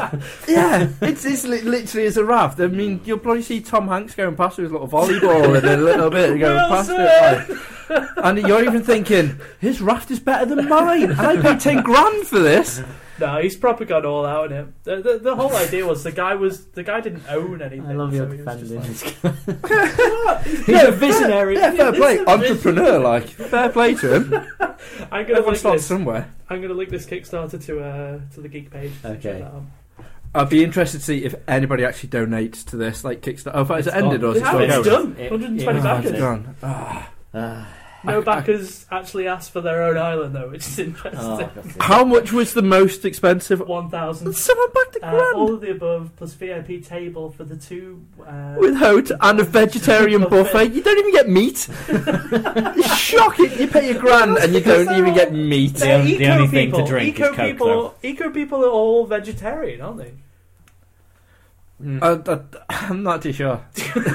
C: Yeah, it's, it's li- literally as a raft. I mean, you'll probably see Tom Hanks going past with his little volleyball in a little bit, going past it, like. and you're even thinking his raft is better than mine, and I paid ten grand for this.
D: No, he's probably gone all out in it. The, the, the whole idea was the guy was the guy didn't own anything.
B: I love your
D: so he was just
B: defending.
D: like-
B: this guy.
C: He's
B: a visionary.
C: Yeah, fair play,
D: He's a
C: entrepreneur. Like fair play to him.
D: I'm gonna
C: Everyone
D: link
C: starts
D: this.
C: somewhere.
D: I'm gonna link this Kickstarter to uh to the geek page. so
B: Okay.
D: check that out.
C: I'd be interested to see if anybody actually donates to this, like Kickstarter. Oh, has it
B: It's
C: ended
B: gone.
C: or is it
D: They
C: still
D: have, it's
C: going?
D: done.
B: It-
D: 120
B: it-
D: backers.
C: It's gone. Ah.
B: Ah,
C: I- I-
D: No backers actually asked for their own island though,
B: *laughs*
D: which is interesting.
B: oh, God.
C: How much was the most expensive?
D: One thousand.
C: Someone backed a grand.
D: Uh, all of the above plus VIP table for the two. Uh,
C: with Hote and a vegetarian
B: *laughs*
D: *laughs*
C: buffet. You don't even get meat. it's shocking. You pay a grand and you don't even get meat.
D: they're
B: The only- the
D: eco
B: only
D: people.
B: thing to drink is
D: eco
B: Coke,
D: people. Eco people are all vegetarian, aren't they?
B: Mm.
C: I, am not too sure.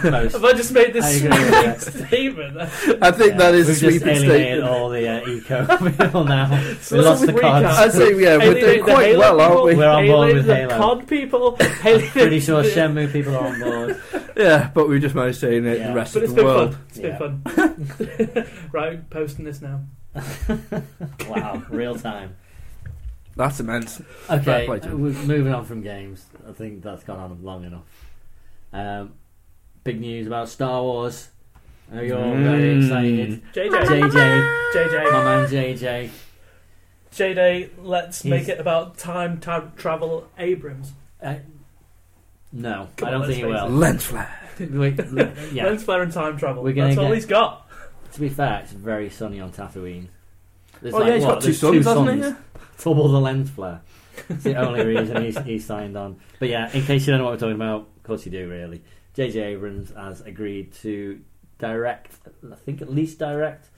B: Most.
D: Have I just made
B: How
D: this
B: you gonna do that?
D: *laughs* statement?
C: *laughs* I think
B: Yeah,
C: that is a
B: we've just
C: sweeping
B: alienated
C: statement.
B: all the uh, eco people now.
D: So
B: we
D: let's
B: lost the
D: recap.
B: cards.
C: I say, yeah, we're
D: Alienate
C: doing
D: the
C: quite
D: Halo
C: well, aren't
D: people,
C: we?
B: We're on board
D: alienate
B: with
D: the
B: Halo.
D: COD people.
B: I'm *laughs* pretty *laughs* sure
D: the-
B: Shenmue people are on board.
C: Yeah, but we just managed to alienate
B: Yeah.
C: the rest
D: But it's
C: of the
D: been
C: world.
D: fun. It's been
B: *laughs*
D: fun. *laughs* right, posting this now.
B: wow, real time.
C: That's immense.
B: Okay,
C: Fair play to him.
B: we're moving on from games. I think that's gone on long enough. Um, big news about Star Wars. I know you're all very
C: Mm.
B: excited.
D: JJ,
B: JJ, my
D: JJ,
B: man JJ.
D: JJ. Let's
B: He's-
D: make it about time ta- travel. Abrams.
B: Uh, no,
D: Come
B: I
D: on,
B: don't think he
D: let's
B: will.
C: Lens flare.
B: Wait, l- yeah.
D: Lens flare and time travel.
B: We're gonna
D: That's all
B: get-
D: he's got.
B: To be fair, it's very sunny on Tatooine. There's
C: Oh yeah, he's
B: what,
C: got two
B: there's
C: sons, hasn't he?
B: suns. *laughs*
C: Yeah.
B: Double the lens flare. It's the only reason he's, he signed on. But yeah, in case you don't know what we're talking about, of course you do, really. J.J. Abrams has agreed to direct, I think at least direct,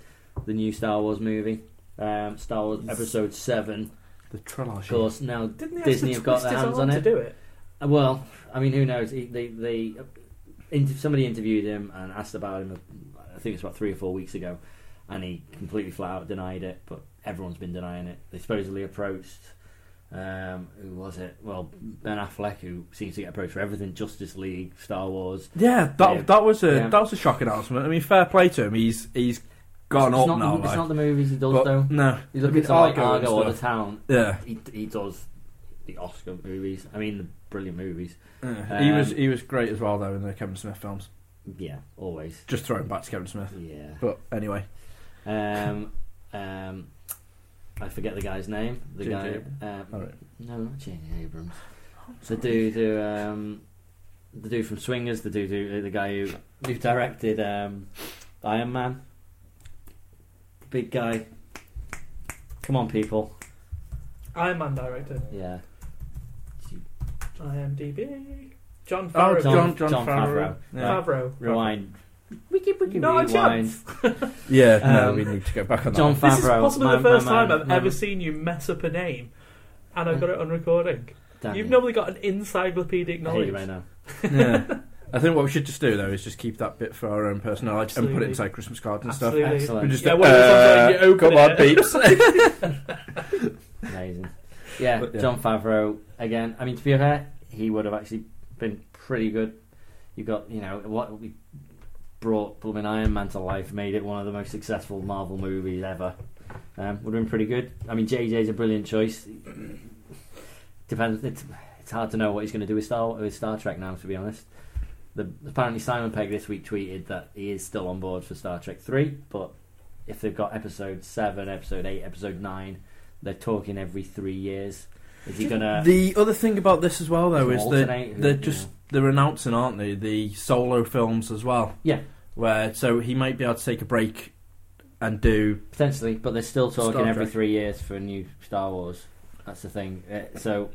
B: the new Star Wars movie, um, Star Wars Episode 7.
C: The
B: Of
C: trilogy.
B: course, now,
D: Didn't they
B: Disney have
D: have to
B: got
D: twist
B: their
D: his
B: hands
D: arm
B: on
D: to
B: it.
D: do it?
B: Uh, well, I mean, who knows? He, they, they, inter- somebody interviewed him and asked about him, I think it's about three or four weeks ago, and he completely flat out denied it, but everyone's been denying it. They supposedly approached, um, who was it? Well, Ben Affleck, who seems to get approached for everything Justice League, Star Wars.
C: Yeah, that
B: Yeah.
C: that was a
B: Yeah.
C: that was a shock announcement. I mean, fair play to him. He's he's gone
B: it's
C: up
B: not,
C: now.
B: the,
C: like.
B: It's not the movies he does,
C: But,
B: though.
C: no,
B: You
C: I
B: look
C: mean,
B: at something like
C: Argo and
B: Argo or The
C: stuff.
B: Town,
C: yeah.
B: he, he does the Oscar movies. I mean, the brilliant movies.
C: Yeah. he was
B: Um,
C: he was great as well though in the Kevin Smith films.
B: Yeah, always.
C: Just throwing back to Kevin Smith.
B: Yeah.
C: But anyway,
B: Um, um, I forget the guy's name. The
C: J.J.
B: guy.
C: Abrams.
B: Um,
C: all right.
B: No, not J.J. Abrams. The dude who, um, the dude from Swingers, the dude who, uh, the guy who, who directed um, Iron Man. Big guy. Come on, people.
D: Iron Man director.
B: Yeah.
D: IMDb. John
C: Oh,
D: Favreau.
C: John- John
B: Favreau.
C: Yeah,
D: Favreau.
B: Rewind.
D: Not a
B: Rewind.
D: chance.
C: yeah no,
B: Um,
C: we need to go back on that.
B: John
C: one.
B: Favreau.
D: *laughs* This is possibly
B: my-
D: the first
B: my
D: time
B: man-
D: I've
B: my
D: ever
B: man-
D: seen you mess up a name, and I've
B: Mm.
D: got it on recording.
B: Damn
D: You've
B: you.
D: normally got an encyclopedic
B: I hate you
D: knowledge.
B: right now.
C: yeah. I think what we should just do though is just keep that bit for our own personal knowledge and put it
D: Absolutely.
C: inside Christmas cards and stuff.
D: Absolutely.
B: Excellent.
C: We just uh,
D: Yeah, what if it's on there and you open
C: come on,
D: it? *laughs*
C: peeps.
B: Amazing. Yeah,
C: But, yeah.
B: John Favreau again. I mean, to be fair, he would have actually been pretty good. You got, you know, what we brought blooming Iron Man to life, made it one of the most successful Marvel movies ever. Um, would have been pretty good. I mean, JJ's a brilliant choice. Depends. It's, it's hard to know what he's going to do with Star with Star Trek now. To be honest, the, apparently Simon Pegg this week tweeted that he is still on board for Star Trek three, but if they've got episode seven, episode eight, episode nine, they're talking every three years. Is he gonna?
C: the other thing about this as well though is that
B: alternate?
C: they're
B: Yeah.
C: just they're announcing, aren't they, the solo films as well.
B: Yeah.
C: Where so he might be able to take a break and do
B: Potentially, but they're still
C: Star
B: talking every
C: Trek.
B: three years for a new Star Wars. That's the thing. Uh, so,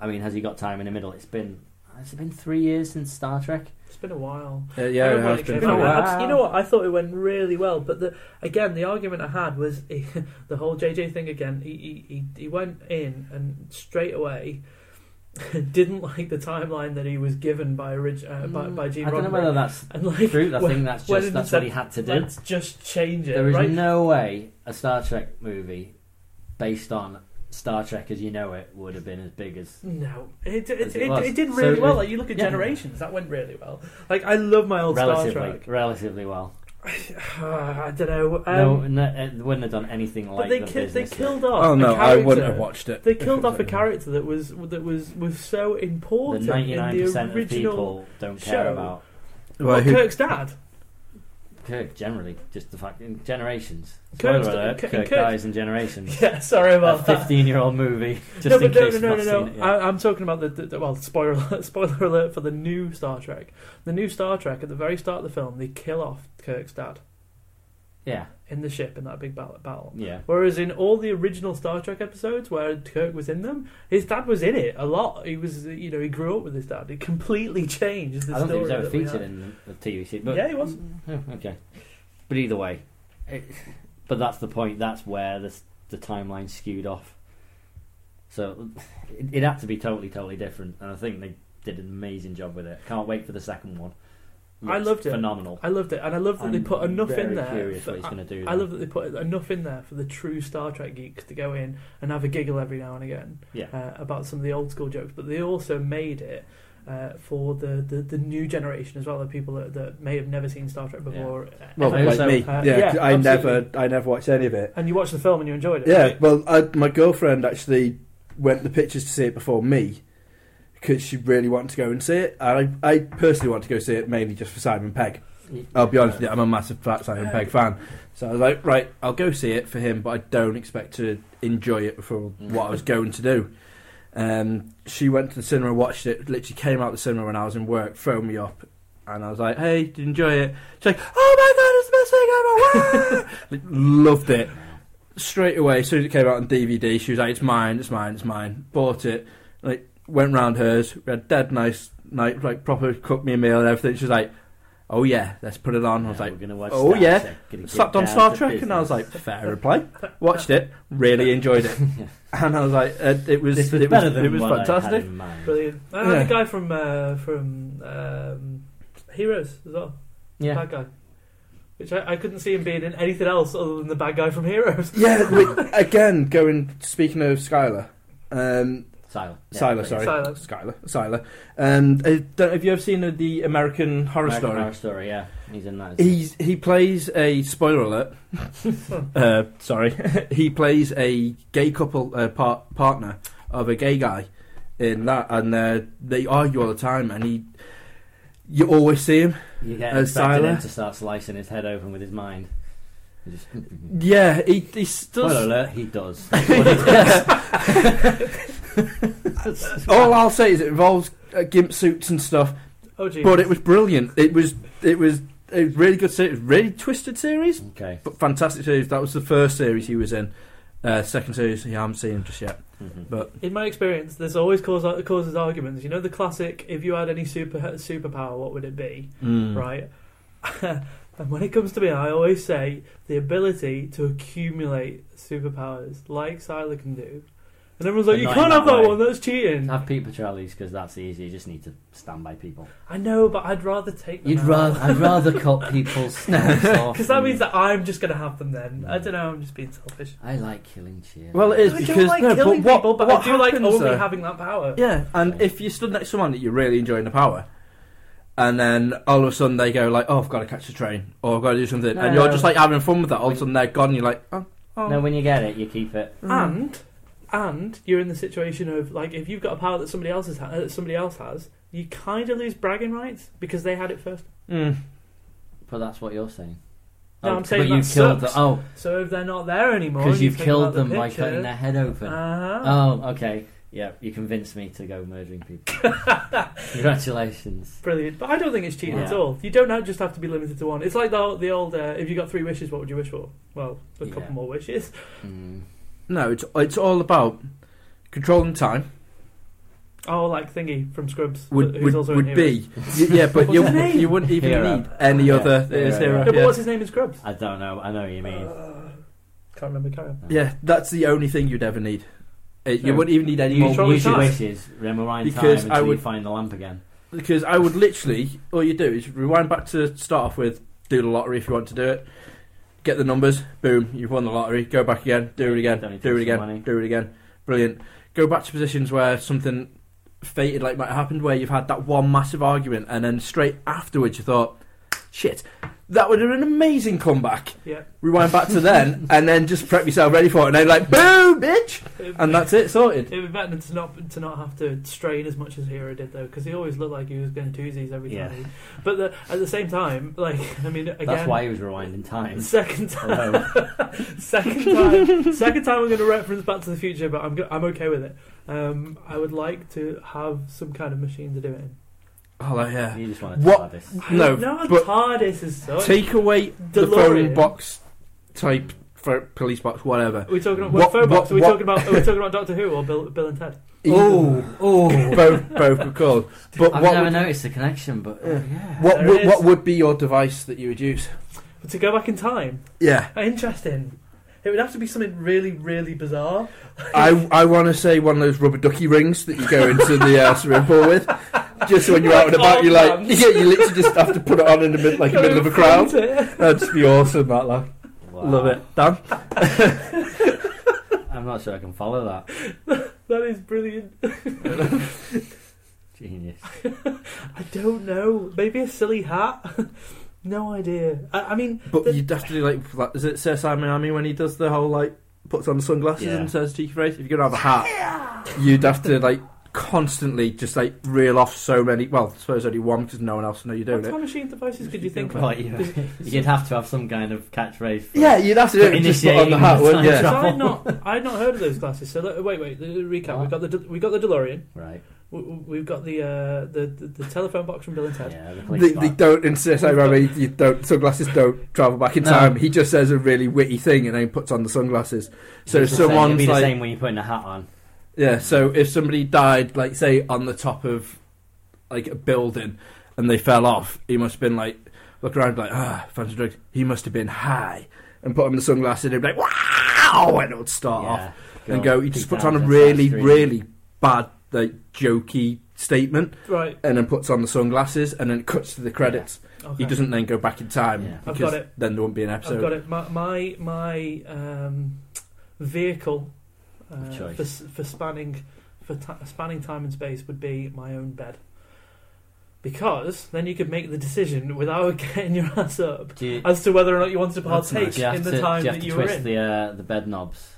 B: I mean, has he got time in the middle? It's been has it been three years since Star Trek?
D: It's been a while.
C: uh, yeah,
D: I
C: it
D: don't
C: has
D: like
C: been
D: it. you, know
C: for a
D: what,
C: while.
B: while.
D: you know what? I thought it went really well, but the, again, the argument I had was *laughs* the whole JJ thing again. He, he, he, he went in and straight away *laughs* didn't like the timeline that he was given by orig- uh,
C: Mm.
D: by, by Gene
B: Hmm. I don't know
D: Roddenberry.
B: whether that's
D: and like,
B: true. I
D: *laughs* when-
B: think that's
D: when
B: just
D: it
B: that's
D: said,
B: what he had to do.
D: let's just change it.
B: There is
D: right?
B: no way a Star Trek movie based on Star Trek as you know it would have been as big as.
D: No, it it,
B: As it
D: it, it,
B: was.
D: did
B: So
D: really
B: it
D: well.
B: was-
D: Like you look at
B: yeah.
D: Generations, that went really well. Like I love my old Star
B: Relatively,
D: Trek.
B: relatively well.
D: *sighs* I don't know. Um,
B: no, no, uh, wouldn't have done anything
D: but
B: like
D: they
B: the
D: ki- they
B: business.
D: killed off.
C: Oh
D: a
C: no, I
D: character.
C: wouldn't have watched it.
D: They
C: if
D: killed
C: it was
D: off a
C: over.
D: character that was that was was so
B: the
D: important in
B: ninety-nine
D: the
B: percent of
D: original.
B: people don't
D: show.
B: care about
C: Well,
D: Well,
C: who-
D: Kirk's dad.
B: Kirk generally. Just the fact in generations.
D: Kirk's-
B: Spoiler alert,
D: Kirk-
B: Kirk,
D: Kirk-
B: dies in generations.
D: *laughs* Yeah, sorry
B: a
D: about that.
B: fifteen-year-old
D: *laughs*
B: movie. Just
D: no,
B: in
D: but no,
B: case
D: no,
B: you've
D: no,
B: not
D: no,
B: seen
D: no.
B: it yet.
D: I, I'm talking about the, the, the well, spoiler alert, *laughs* spoiler alert for the new Star Trek. The new Star Trek at the very start of the film, they kill off Kirk's dad
B: yeah,
D: in the ship in that big battle. battle.
B: yeah.
D: Whereas in all the original Star Trek episodes where Kirk was in them, his dad was in it a lot. He was, you know, he grew up with his dad. It completely *laughs* changed the
B: I don't
D: story.
B: think it was ever
D: that we had.
B: featured in the the TV series. But
D: Yeah, he was.
B: Oh, okay, but either way, it, but that's the point. That's where the the timeline skewed off. So it, it had to be totally, totally different, and I think they did an amazing job with it. Can't wait for the second one.
D: I
B: Looks
D: loved it.
B: Phenomenal.
D: I loved it, and I love that they
B: I'm
D: put enough
B: very
D: in there.
B: Curious
D: for-
B: what he's going to do.
D: I
B: there.
D: love that they put enough in there for the true Star Trek geeks to go in and have a giggle every now and again
B: Yeah.
D: uh, about some of the old school jokes. But they also made it uh, for the, the, the new generation as well, the people that, that may have never seen Star Trek before. uh,
C: Well,
B: I
D: ever.
C: like
B: also-
C: me,
D: uh,
C: yeah,
D: yeah,
C: I never,
D: absolutely.
C: I never watched any of it.
D: and you watched the film and you enjoyed it.
C: Yeah,
D: right?
C: well, I, my girlfriend actually went the pictures to see it before me because she really wanted to go and see it. I, I personally want to go see it mainly just for Simon Pegg. I'll be honest with you, I'm a massive fat Simon Pegg fan. So I was like, right, I'll go see it for him, but I don't expect to enjoy it for
B: Mm.
C: what I was going to do. Um, she went to the cinema, watched it, literally came out the cinema when I was in work, phoned me up, and I was like, hey, did you enjoy it? She's like, oh my god, it's the best
B: *laughs*
C: thing ever! Wow!" Loved it straight away, as soon as it came out on DVD, she was like, "It's mine, it's mine, it's mine." Bought it, like went round hers. We had dead nice night, like proper cooked me a meal and everything. She was like, "Oh yeah, let's put it on." I was like,
B: we're gonna watch
C: oh,
B: Star
C: yeah.
B: Trek, gonna get
C: slapped on
B: down
C: Star
B: to
C: Trek, and *laughs* I was like,
B: business.
C: "Fair reply." Watched it, really
B: *laughs*
C: enjoyed it, *laughs* and I was like, uh, "It was,
B: this was
C: it was,
B: better than
C: it was
B: what I had
C: fantastic."
B: in mind.
D: Brilliant. And
C: Yeah.
D: the guy from uh, from um, Heroes as well,
B: Yeah,
D: bad guy. Which I, I couldn't see him being in anything else other than the bad guy from Heroes. *laughs*
C: Yeah, we, again, going speaking of Skylar. Um,
B: Silo. Yeah, brilliant.
C: Skylar, sorry,
D: Skylar.
C: Skylar, Skylar. Um, I don't, have you ever seen uh, the American Horror
B: American
C: Story?
B: Horror Story. Yeah, he's in that. isn't he?
C: He's, he plays a spoiler alert. uh, sorry, *laughs* he plays a gay couple uh, par- partner of a gay guy in that, and uh, they argue all the time, and he you always see him.
B: You get
C: Uh,
B: expected him
C: Silo.
B: to start slicing his head open with his mind. He Just,
C: Yeah, he, he still.
B: spoiler alert, he
D: *laughs*
B: does. That's what he does.
C: *laughs* all I'll say is it involves uh, gimp suits and stuff,
D: Oh, gee.
C: but it was brilliant. It was it was a really good series, really twisted series,
B: okay.
C: but fantastic series. That was the first series he was in. Uh, second series, yeah, I haven't seen him just yet.
B: Mhm.
C: But
D: In my experience, there's always cause, causes arguments. You know the classic: if you had any super superpower, what would it be?
C: mm.
D: Right. *laughs* and when it comes to me, I always say the ability to accumulate superpowers, like Scylla can do. And everyone's like,
B: But
D: "You
B: not
D: can't
B: in
D: have
B: that
D: that
B: way."
D: one. That's cheating."
B: Have Pete Petrelli's because that's easy. You just need to stand by people.
D: I know, but I'd rather take. Them
B: You'd rather I'd *laughs* rather
D: *laughs*
B: cut people's snouts off.
D: because that means that I'm just going to have them. Then I don't know. I'm just being selfish.
B: I like killing cheer.
C: Well, it is
D: I
C: because
D: don't like
C: no, but
D: killing
C: what,
D: people, but
C: what
D: I do like
C: happens,
D: only
C: though-
D: having that power.
C: yeah, and if you stood next to someone that you're really enjoying the power, and then all of a sudden they go like, "Oh, I've got to catch the train," or "I've got to do something,"
B: No,
C: and you're
B: no.
C: just like having fun with that. All of a sudden they're gone. And you're like, "Oh, oh."
B: No, when you get it, you keep it.
D: Um, Mm. and and you're in the situation of like if you've got a power that somebody else has, ha- that somebody else has, you kind of lose bragging rights because they had it first.
C: Mm.
B: But that's what you're saying.
D: No,
B: oh,
D: I'm saying
B: but you
D: that
B: killed
D: sucks.
B: them. Oh,
D: So if they're not there anymore,
B: because
D: and you
B: you've
D: think
B: killed
D: about the
B: them by
D: picture-
B: cutting their head open.
D: Uh-huh.
C: Um,
B: oh, okay. Yeah, you convinced me to go murdering people.
C: *laughs*
B: Congratulations.
D: Brilliant, but I don't think it's cheating at
B: Yeah.
D: all. You don't have, just have to be limited to one. It's like the the old uh, if you got three wishes, what would you wish for? Well, a couple
B: Yeah.
D: more wishes. *laughs*
B: Mm.
C: No, it's it's all about controlling time.
D: Oh, like thingy from Scrubs,
C: Would
D: who's
C: would,
D: also in
C: would
D: Heroes.
C: be y- yeah, but
D: What's
C: you
D: his name?
C: you wouldn't even
B: Hero.
C: need any
B: Yeah,
C: other it
B: Hero,
C: is hero.
B: yeah.
D: No, but
C: yeah.
D: what's his name in Scrubs? Uh,
B: I don't know. I know what you
D: Oh.
B: mean. Um,
D: Can't remember. Carry on.
C: Yeah, that's the only thing you'd ever need. Uh, You
D: No.
C: wouldn't even need any
B: You
C: more
D: Control
B: use your
D: time.
B: wishes. Rewind time
C: Because I
B: until you
C: would-
B: find the lamp again.
C: Because I would literally, all you do is rewind back to start off with, do the lottery if you want to do it, get the numbers, boom, you've won the lottery, go back again, do it
B: Don't need
C: again,
B: to
C: do it
B: touch the
C: again,
B: money.
C: do it again. Brilliant. Go back to positions where something fated like might have happened, where you've had that one massive argument, and then straight afterwards you thought, shit, that would have been an amazing comeback.
D: Yeah.
C: Rewind back to
B: *laughs*
C: then, and then just prep yourself ready for it, and then like, boom, bitch! And that's it, sorted.
D: It'd be better to not to not have to strain as much as Hero did though, because he always looked like he was going to doozies every
B: Yeah.
D: time. He, but the, at the same time, like *laughs* I mean, again,
B: That's
D: *laughs*
B: why he was rewinding time.
C: *laughs*
D: second time,
B: Hello.
D: second time, second time, I'm going to reference Back to the Future, but I'm go- I'm okay with it. Um, I would like to have some kind of machine to do it in.
C: Oh, like, yeah.
B: you just want to
C: What-
B: tell this.
C: No,
D: no,
C: but-
D: TARDIS is such.
C: Take away the
D: DeLorean.
C: phone box type for police box whatever
D: Are we talking about
C: What-
D: what, phone box?
C: what-
D: Are we
C: what-
D: talking about? Are we talking about Doctor Who or Bill, Bill and Ted?
B: Oh, oh.
C: both both were cool but
B: I've
C: what
B: never
C: would,
B: noticed the connection, but oh,
C: Yeah.
B: yeah.
C: what,
D: There it
C: would, what
D: is.
C: would be your device that you would use
D: But to go back in time,
C: yeah
D: *laughs* interesting. It would have to be something really, really bizarre.
C: I, I want to say one of those rubber ducky rings that you go into the uh, swimming pool with
E: just when you're out and about, you're like, yeah, you literally just have to put it on in the mid, like the middle of a crowd. That'd just be awesome, that laugh.
B: Wow.
C: Love it. Dan?
B: I'm not sure I can follow that.
D: That is brilliant.
B: Genius.
D: I don't know. Maybe a silly hat. *laughs* no idea. I, I mean,
C: But you'd have to do like, like, is it Sir Simon Army when he does the whole like puts on sunglasses
B: Yeah.
C: and says cheeky phrase? If you're gonna have a hat, you'd have to like constantly just like reel off so many. Well, I suppose only one because no one else know you're
D: what
C: doing
D: time
C: it.
D: machine devices could
B: *laughs*
D: you think of? *laughs*
B: Right, you, you'd have to have some kind of catchphrase. For
E: Yeah, you'd have to do it. Just put on the hat, wouldn't
B: Initiating
E: you?
B: the
D: Because I'd not, I'd not heard of those glasses. So let, wait, wait. the- the Recap. We've got the, De- we got the DeLorean.
B: Right.
D: We- we- We've got the, uh, the, the the telephone box from Bill and Ted.
B: Yeah, the police
C: They, they
B: man.
C: don't insist. I mean, you don't sunglasses don't travel back in
B: No.
C: time. He just says a really witty thing and then he puts on the sunglasses. So if
B: It's the same- it'd
C: someone's
B: be the
C: like,
B: same when you're putting a hat on.
C: Yeah, so if somebody died, like say on the top of like a building and they fell off, he must have been like look around like, ah, fancy drugs. He must have been high and put on the sunglasses and he'd be like, Wow and it would start off
B: Yeah,
C: and go he just
B: peek
C: puts
B: down
C: on a
B: the
C: really,
B: street.
C: really bad like jokey statement
D: Right.
C: and then puts on the sunglasses and then it cuts to the credits.
D: Okay.
C: He doesn't then go back in time
B: Yeah. I've
C: because
D: got it.
C: then there won't be an
D: I've got
C: episode.
D: it. My my, my um, vehicle uh,
B: Of choice.
D: for s- for spanning for ta- spanning time and space would be my own bed. Because then you could make the decision without *laughs* getting your ass up
B: Do you,
D: as to whether or not you wanted to
C: That's
D: partake
B: do you have
D: in
B: to,
D: the time
B: do you have
D: that
B: to
D: you were
B: twist
D: in.
B: the uh, the bed knobs?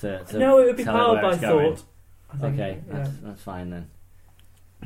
B: To, to
D: no, it would be
B: tell it
D: powered
B: where
D: by
B: it's going?
D: thought. I think,
B: Okay,
D: yeah.
B: that's, that's fine then.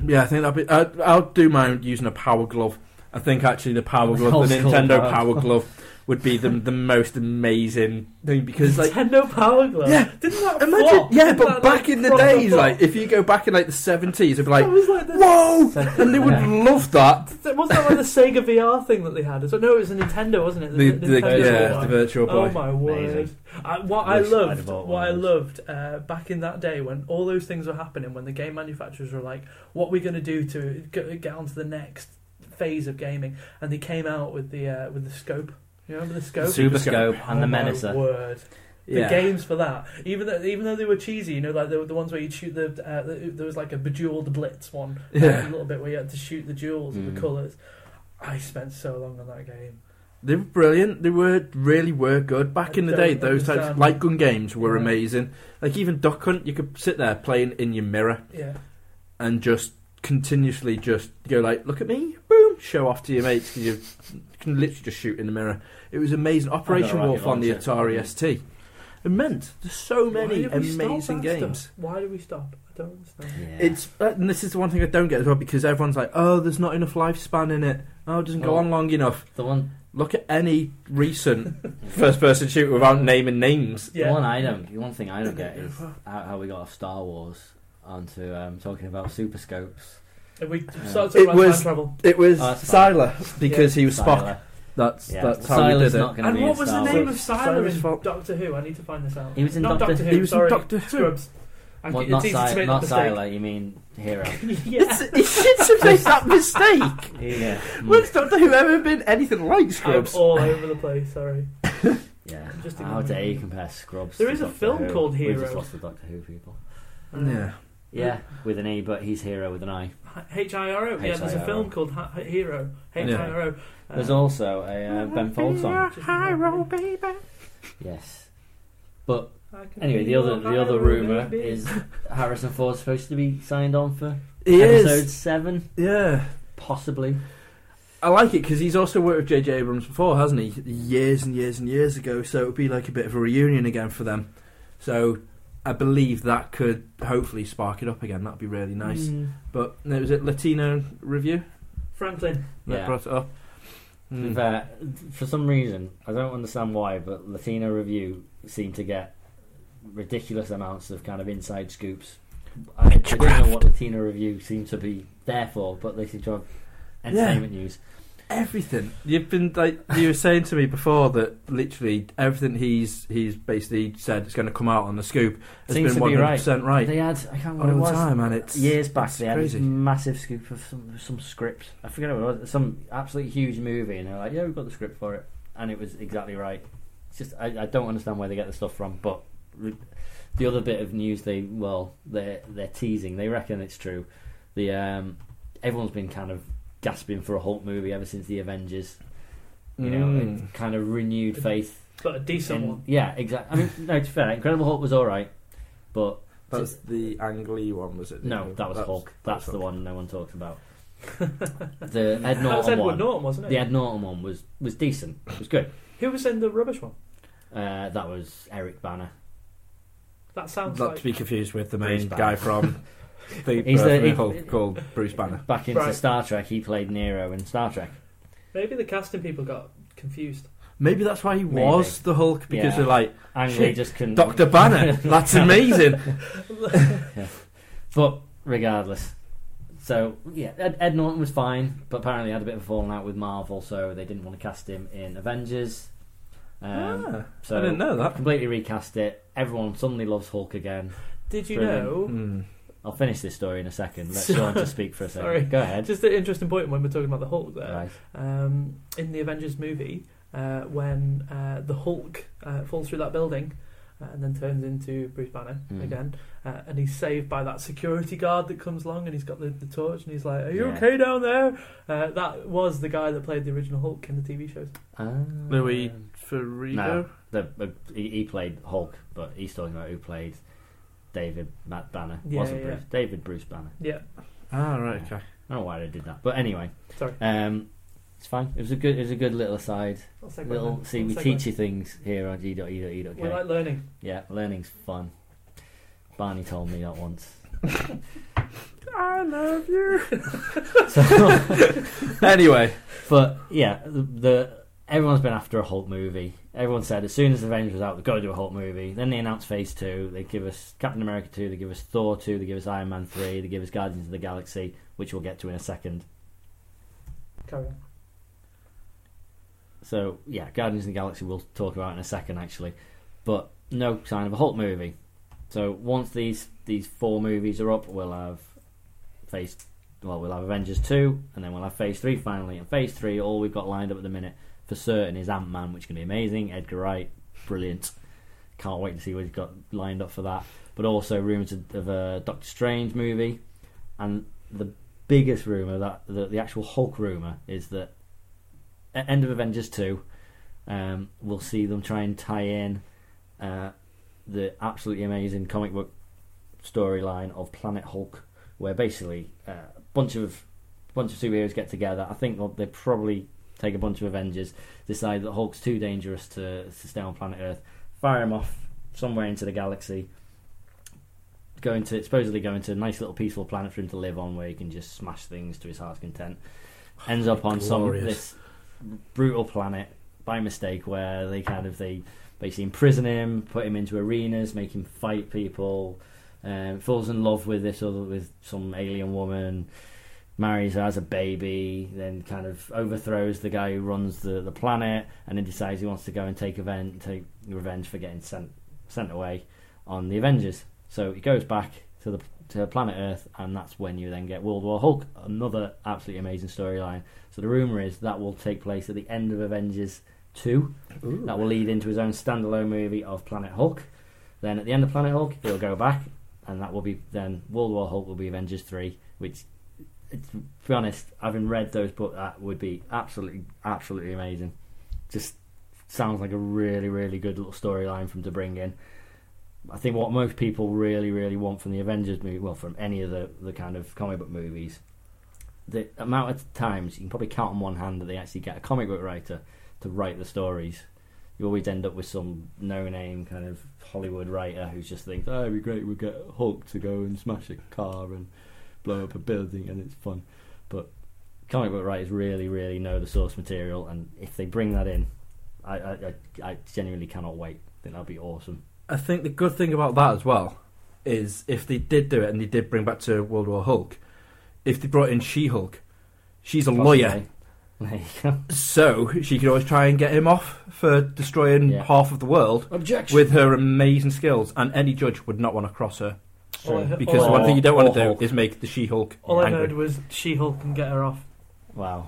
C: Yeah, I think that'd be. I, I'll do mine using a power glove. I think actually the *laughs* power glove,
B: Old
C: the
B: school
C: Nintendo
B: power
C: power glove, would be the the most amazing thing because
D: *laughs*
C: like.
D: Nintendo Power Glove.
C: Yeah,
D: didn't that
C: Imagine,
D: flop?
C: yeah,
D: Didn't
C: but
D: that,
C: back in the
D: flop?
C: days, like if you go back in like the seventies, it'd be like,
D: that was like the,
C: whoa, *laughs* and they would
B: Yeah.
C: love *laughs* that.
D: Th- Wasn't that like the Sega VR thing that they had? So, no, it was a Nintendo, wasn't it?
C: The, the, E
D: Nintendo
C: yeah,
D: one.
C: the virtual
D: Oh
C: boy.
D: my
B: Amazing.
D: word! I, what I
B: Wish I'd
D: loved,
B: have bought
D: what
B: one
D: I
B: of those.
D: loved uh, back in that day when all those things were happening, when the game manufacturers were like, "What we going to do to g- get onto the next phase of gaming?" and they came out with the uh, with the scope. You remember the scope?
C: Super
B: Super Scope
D: Oh
B: and the
D: my
B: Menacer.
D: word. The
C: yeah.
D: games for that, even though even though they were cheesy, you know, like the, the ones where you would shoot the, uh, the there was like a bejeweled blitz one,
C: Yeah.
D: a little bit where you had to shoot the jewels and the
B: Mm.
D: colours. I spent so long on that game.
C: They were brilliant. They were really were good back
D: I
C: in the day.
D: don't
C: Those types
D: understand.
C: light gun games were
D: Yeah.
C: amazing. Like even Duck Hunt, you could sit there playing in your mirror
D: Yeah,
C: and just continuously just go like, look at me, boom, show off to your mates because you can literally just shoot in the mirror. It was amazing. Operation
B: rocket
C: Wolf on the
B: launcher.
C: Atari ST. Immense. There's so many
D: Mm-hmm. Why did we stop
C: amazing
D: that
C: games.
D: Stuff? Why do we stop? I don't understand.
B: Yeah.
C: It's uh, and this is the one thing I don't get as well because everyone's like, oh, there's not enough lifespan in it. Oh, it doesn't go
B: Well-
C: on long enough.
B: the one
C: Look at any recent *laughs* first-person shooter without naming names.
D: Yeah.
B: The one I don't, the one thing I don't
D: *laughs*
B: get is how, how we got off Star Wars onto um, talking about super scopes.
D: If we
B: Yeah.
D: start talking
C: It
D: about
C: was-
D: time travel.
C: It was
B: Oh, that's fine.
C: Siler because he was Spock.
B: Siler.
C: That's
B: Yeah.
C: that's how we
B: Siler's
C: did it.
B: not going to
D: And
B: be
D: what
B: in
D: was the
B: Star
D: name
B: Wars.
D: of Siler
C: Cyrus
D: in
C: Fox.
D: Doctor Who? I need to find this out.
B: He was in
D: Not
B: Doctor
D: Who.
C: He was in
D: sorry.
C: Doctor Who.
D: Scrubs. I-
B: Well,
D: it's
B: not
D: easy to
B: Si-
D: make
B: not
D: that
B: Siler, you mean Hero.
D: *laughs* mistake. *laughs*
C: *laughs*
D: yeah.
C: It's- He should have
D: *laughs*
C: made that mistake.
B: yeah. Mm.
C: When's Doctor Who ever been anything like
D: I'm
C: Scrubs?
D: all over the place. Sorry.
B: Yeah.
D: Just
B: How
D: ignoring
B: dare you
D: it.
B: compare Scrubs?
D: There
B: to
D: is a
B: Doctor
D: film
B: Who.
D: called
B: We
D: Hero.
B: just lost the Doctor Who people.
D: Um,
C: Yeah.
B: Yeah, with an E, but he's Hero with an I.
D: Uh, H I R O. Yeah, there's a
B: HIRO.
D: film called Hi- Hero. H I R O.
B: There's also a uh, Ben Folds song. Yes. But anyway, the other the other rumor is Harrison Ford's supposed to be signed on for
C: He
B: episode
C: is.
B: seven,
C: Yeah.
B: possibly.
C: I like it because he's also worked with J.J. Abrams before, hasn't he? Years and years and years ago, so it would be like a bit of a reunion again for them. So I believe that could hopefully spark it up again. That'd be really nice.
B: Hmm.
D: Hmm.
C: But no, was it Latino review
D: Franklin.
C: that
B: Yeah.
C: brought it up?
B: To be
C: Mm.
B: fair, for some reason, I don't understand why, but Latino Review seemed to get ridiculous amounts of kind of inside scoops. I, I don't know what Latino Review seemed to be there for, but they seem to have entertainment news.
C: Everything you've been like you were saying to me before that literally everything he's he's basically said is going to come out on the scoop has
B: Seems
C: been
B: to
C: one
B: be
C: hundred
B: right.
C: percent right.
B: They had, I can't
C: all
B: remember
C: the
B: what it was.
C: time, and it's
B: Years back,
C: it's
B: they had
C: crazy.
B: this massive scoop of some some script. I forget what it was. Some absolutely huge movie, and they're like, "Yeah, we've got the script for it," and it was exactly right. It's just I, I don't understand where they get the stuff from, but re- the other bit of news they well they're they're teasing. They reckon it's true. The um, everyone's been kind of gasping for a Hulk movie ever since the Avengers. You know,
C: Mm.
B: it kind of renewed faith.
D: But a decent
B: in-
D: one.
B: yeah, exactly. I mean, no, to be fair, Incredible Hulk was all right, but
E: That's the Angley one, was it?
B: no, that was Hulk. That's the
E: Hulk.
B: one no one talks about.
D: *laughs*
B: The Ed
D: that was
B: Norton
D: Edward
B: one.
D: Norton, wasn't it?
B: The Ed Norton one was was decent. It was good.
D: Who was in the rubbish one?
B: Uh, that was Eric Banner.
D: That sounds
C: Not
D: like
C: to be confused with the
B: Bruce
C: main
B: Banner. *laughs*
C: guy from the
B: He's
C: He's
B: the- he-
C: Hulk called Bruce Banner.
B: Back into
D: Right.
B: Star Trek, he played Nero in Star Trek.
D: maybe the casting people got confused.
C: Maybe that's why he
B: Maybe.
C: was the Hulk because
B: Yeah. *laughs*
C: they're like
B: Ang Lee
D: *laughs*
C: Shit,
B: just couldn't.
C: Doctor
B: *laughs*
C: Banner. That's amazing.
B: But regardless, so yeah, Ed, Ed Norton was fine, but apparently had a bit of a falling out with Marvel, so they didn't want to cast him in Avengers. *laughs* Um,
C: Ah,
B: so
C: I didn't know that.
B: Completely recast it. Everyone suddenly loves Hulk again.
D: Did you
B: Brilliant.
D: know?
C: Hmm.
B: I'll finish this story in a second. Let's
D: *laughs*
B: go on to speak for a second.
D: Sorry.
B: Go ahead.
D: Just uh, an interesting point when we're talking about the Hulk there.
B: Right.
D: um, in the Avengers movie uh, when uh, the Hulk uh, falls through that building uh, and then turns into Bruce Banner
C: Hmm.
B: Mm.
D: again, uh, and he's saved by that security guard that comes along and he's got the, the torch and he's like, "Are you
B: Yeah.
D: okay down there?" Uh, that was the guy that played the original Hulk in the TV shows. Ah.
B: Um,
C: Louis Ferrigo.
B: No. The, uh, he, he played Hulk, but he's talking about who played David Matt Banner.
D: Yeah,
B: Wasn't
D: yeah.
B: Bruce. David Bruce Banner.
D: Yeah,
C: Ah, right. Okay.
B: I don't know why they did that, but anyway,
D: sorry.
B: um, it's fine. It was a good, it was a good little aside. Little, see, we teach you things here on e G.E.E.K.
D: We like learning.
B: Yeah, learning's fun. Barney told me that once.
C: *laughs* I love you.
B: *laughs* So,
C: *laughs* anyway,
B: but yeah, the, the everyone's been after a Hulk movie. Everyone said as soon as Avengers was out, they've got to do a Hulk movie. Then they announced Phase Two. They give us Captain America Two. They give us Thor Two. They give us Iron Man Three. They give us Guardians of the Galaxy, which we'll get to in a second.
D: Carry on.
B: So yeah, Guardians of the Galaxy we'll talk about in a second actually, but no sign of a Hulk movie. So once these these four movies are up, we'll have Phase well we'll have Avengers two, and then we'll have Phase three finally. And Phase three, all we've got lined up at the minute for certain is Ant Man, which can be amazing. Edgar Wright, brilliant. Can't wait to see what he's got lined up for that. But also rumours of, of a Doctor Strange movie, and the biggest rumor that the, the actual Hulk rumor is that at e, end of Avengers two, um, we'll see them try and tie in uh, the absolutely amazing comic book storyline of Planet Hulk, where basically uh, a bunch of bunch of superheroes get together. I think they'll, they probably take a bunch of Avengers, decide that Hulk's too dangerous to, to stay on planet Earth, fire him off somewhere into the galaxy. Going to supposedly going to a nice little peaceful planet for him to live on, where he can just smash things to his heart's content. Ends up on
C: Glorious.
B: some this brutal planet by mistake, where they kind of they basically imprison him, put him into arenas, make him fight people. Um, falls in love with this other with some alien woman, marries her, has a baby, then kind of overthrows the guy who runs the, the planet, and then decides he wants to go and take event take revenge for getting sent sent away on the Avengers. So he goes back to the to planet Earth, and that's when you then get World War Hulk, another absolutely amazing storyline. So the rumor is that will take place at the end of Avengers two. That will lead into his own standalone movie of Planet Hulk. Then at the end of Planet Hulk, he'll go back, and that will be then World War Hulk will be Avengers three. Which, it's- to be honest, having read those books, that would be absolutely, absolutely amazing. Just sounds like a really, really good little storyline from to bring in. I think what most people really, really want from the Avengers movie, well, from any of the, the kind of comic book movies, the amount of times you can probably count on one hand that they actually get a comic book writer to write the stories you always end up with some no-name kind of Hollywood writer who's just thinks, "Oh, it'd be great. We'll get Hulk to go and smash a car and blow up a building, and it's fun." But comic book writers really, really know the source material, and if they bring that in, I, I, I, I genuinely cannot wait. I think that'd be awesome.
C: I think the good thing about that as well is if they did do it and they did bring back to World War Hulk, if they brought in She Hulk, she's a lawyer,
B: *laughs* There you go.
C: so she could always try and get him off for destroying
B: Yeah.
C: half of the world
B: Objection.
C: with her amazing skills, and any judge would not want to cross her
D: All I, he-
C: because
D: all
C: the one
D: I,
C: thing you don't
B: Or-
C: want to
B: or
C: do
B: Hulk.
C: is make the She Hulk
D: all I heard
C: angry.
D: was She Hulk can get her off.
B: wow.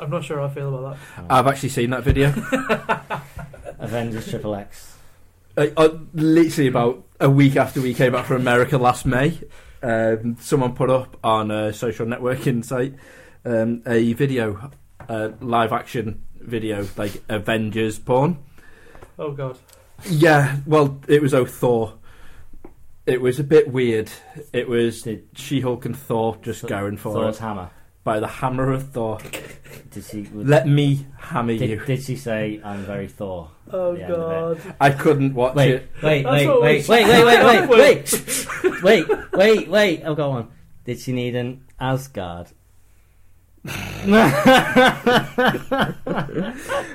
D: I'm not sure how I feel about that.
C: I've actually seen that video.
B: Avengers Triple X.
C: Uh, I, I, literally about a week after we came back from America last May, um, someone put up on a social networking site um, a video, uh, live action video, like Avengers porn.
D: Oh god.
C: Yeah, well, it was oh Thor. It was a bit weird. It was She Hulk and Thor *laughs* just
B: Thor-
C: going for
B: Thor's
C: it
B: hammer.
C: by the hammer of Thor.
B: Did she?
C: Let me hammer you.
B: did, did she say I'm very Thor?
D: Oh
B: Yeah,
D: god.
C: I couldn't watch
B: Wait,
C: it.
B: wait,
D: Oh, That's
B: wait,
D: what
B: wait, wait,
D: we-
B: wait, wait, wait,
D: *laughs*
B: wait, wait, wait, wait. I've got one. Did she need an
D: *laughs*
B: Asgard?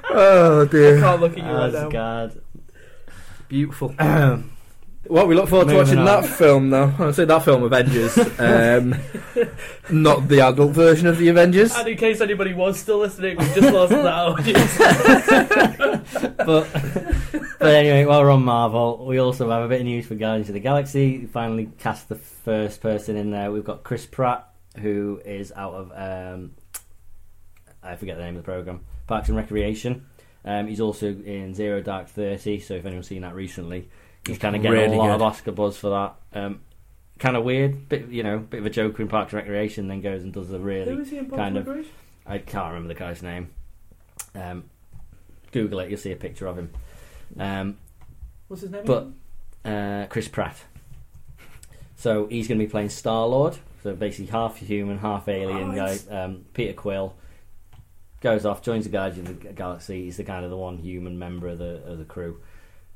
E: Oh
D: I
E: dear.
D: can't look at you right now.
B: Asgard.
C: Beautiful.
E: Well, we look forward to
C: Moving
E: watching
C: on.
E: that film now.
C: I say that film Avengers, um,
E: Not the adult version of the Avengers.
D: And in case anybody was still listening, we just
B: *laughs*
D: lost that audience.
B: but but anyway, while we're on Marvel, we also have a bit of news for Guardians of the Galaxy. We finally cast the first person in there. We've got Chris Pratt, who is out of um, I forget the name of the program, Parks and Recreation. Um, he's also in Zero Dark Thirty. So if anyone's seen that recently, he's kind of getting
C: Really
B: a lot
C: good.
B: of Oscar buzz for that. Um, kind of weird, bit you know, bit of a joker in Parks and Recreation, then goes and does a really
D: Who is he in
B: Kind
D: Bond
B: of.
D: Agrees?
B: I can't remember the guy's name. Um, Google it, you'll see a picture of him. Um,
D: What's his name?
B: But-
D: again?
B: uh, Chris Pratt. So he's going to be playing Star Lord. So basically, half human, half alien
D: Nice.
B: guy. Um, Peter Quill goes off, joins the Guardians of the Galaxy. He's the kind of the one human member of the of the crew.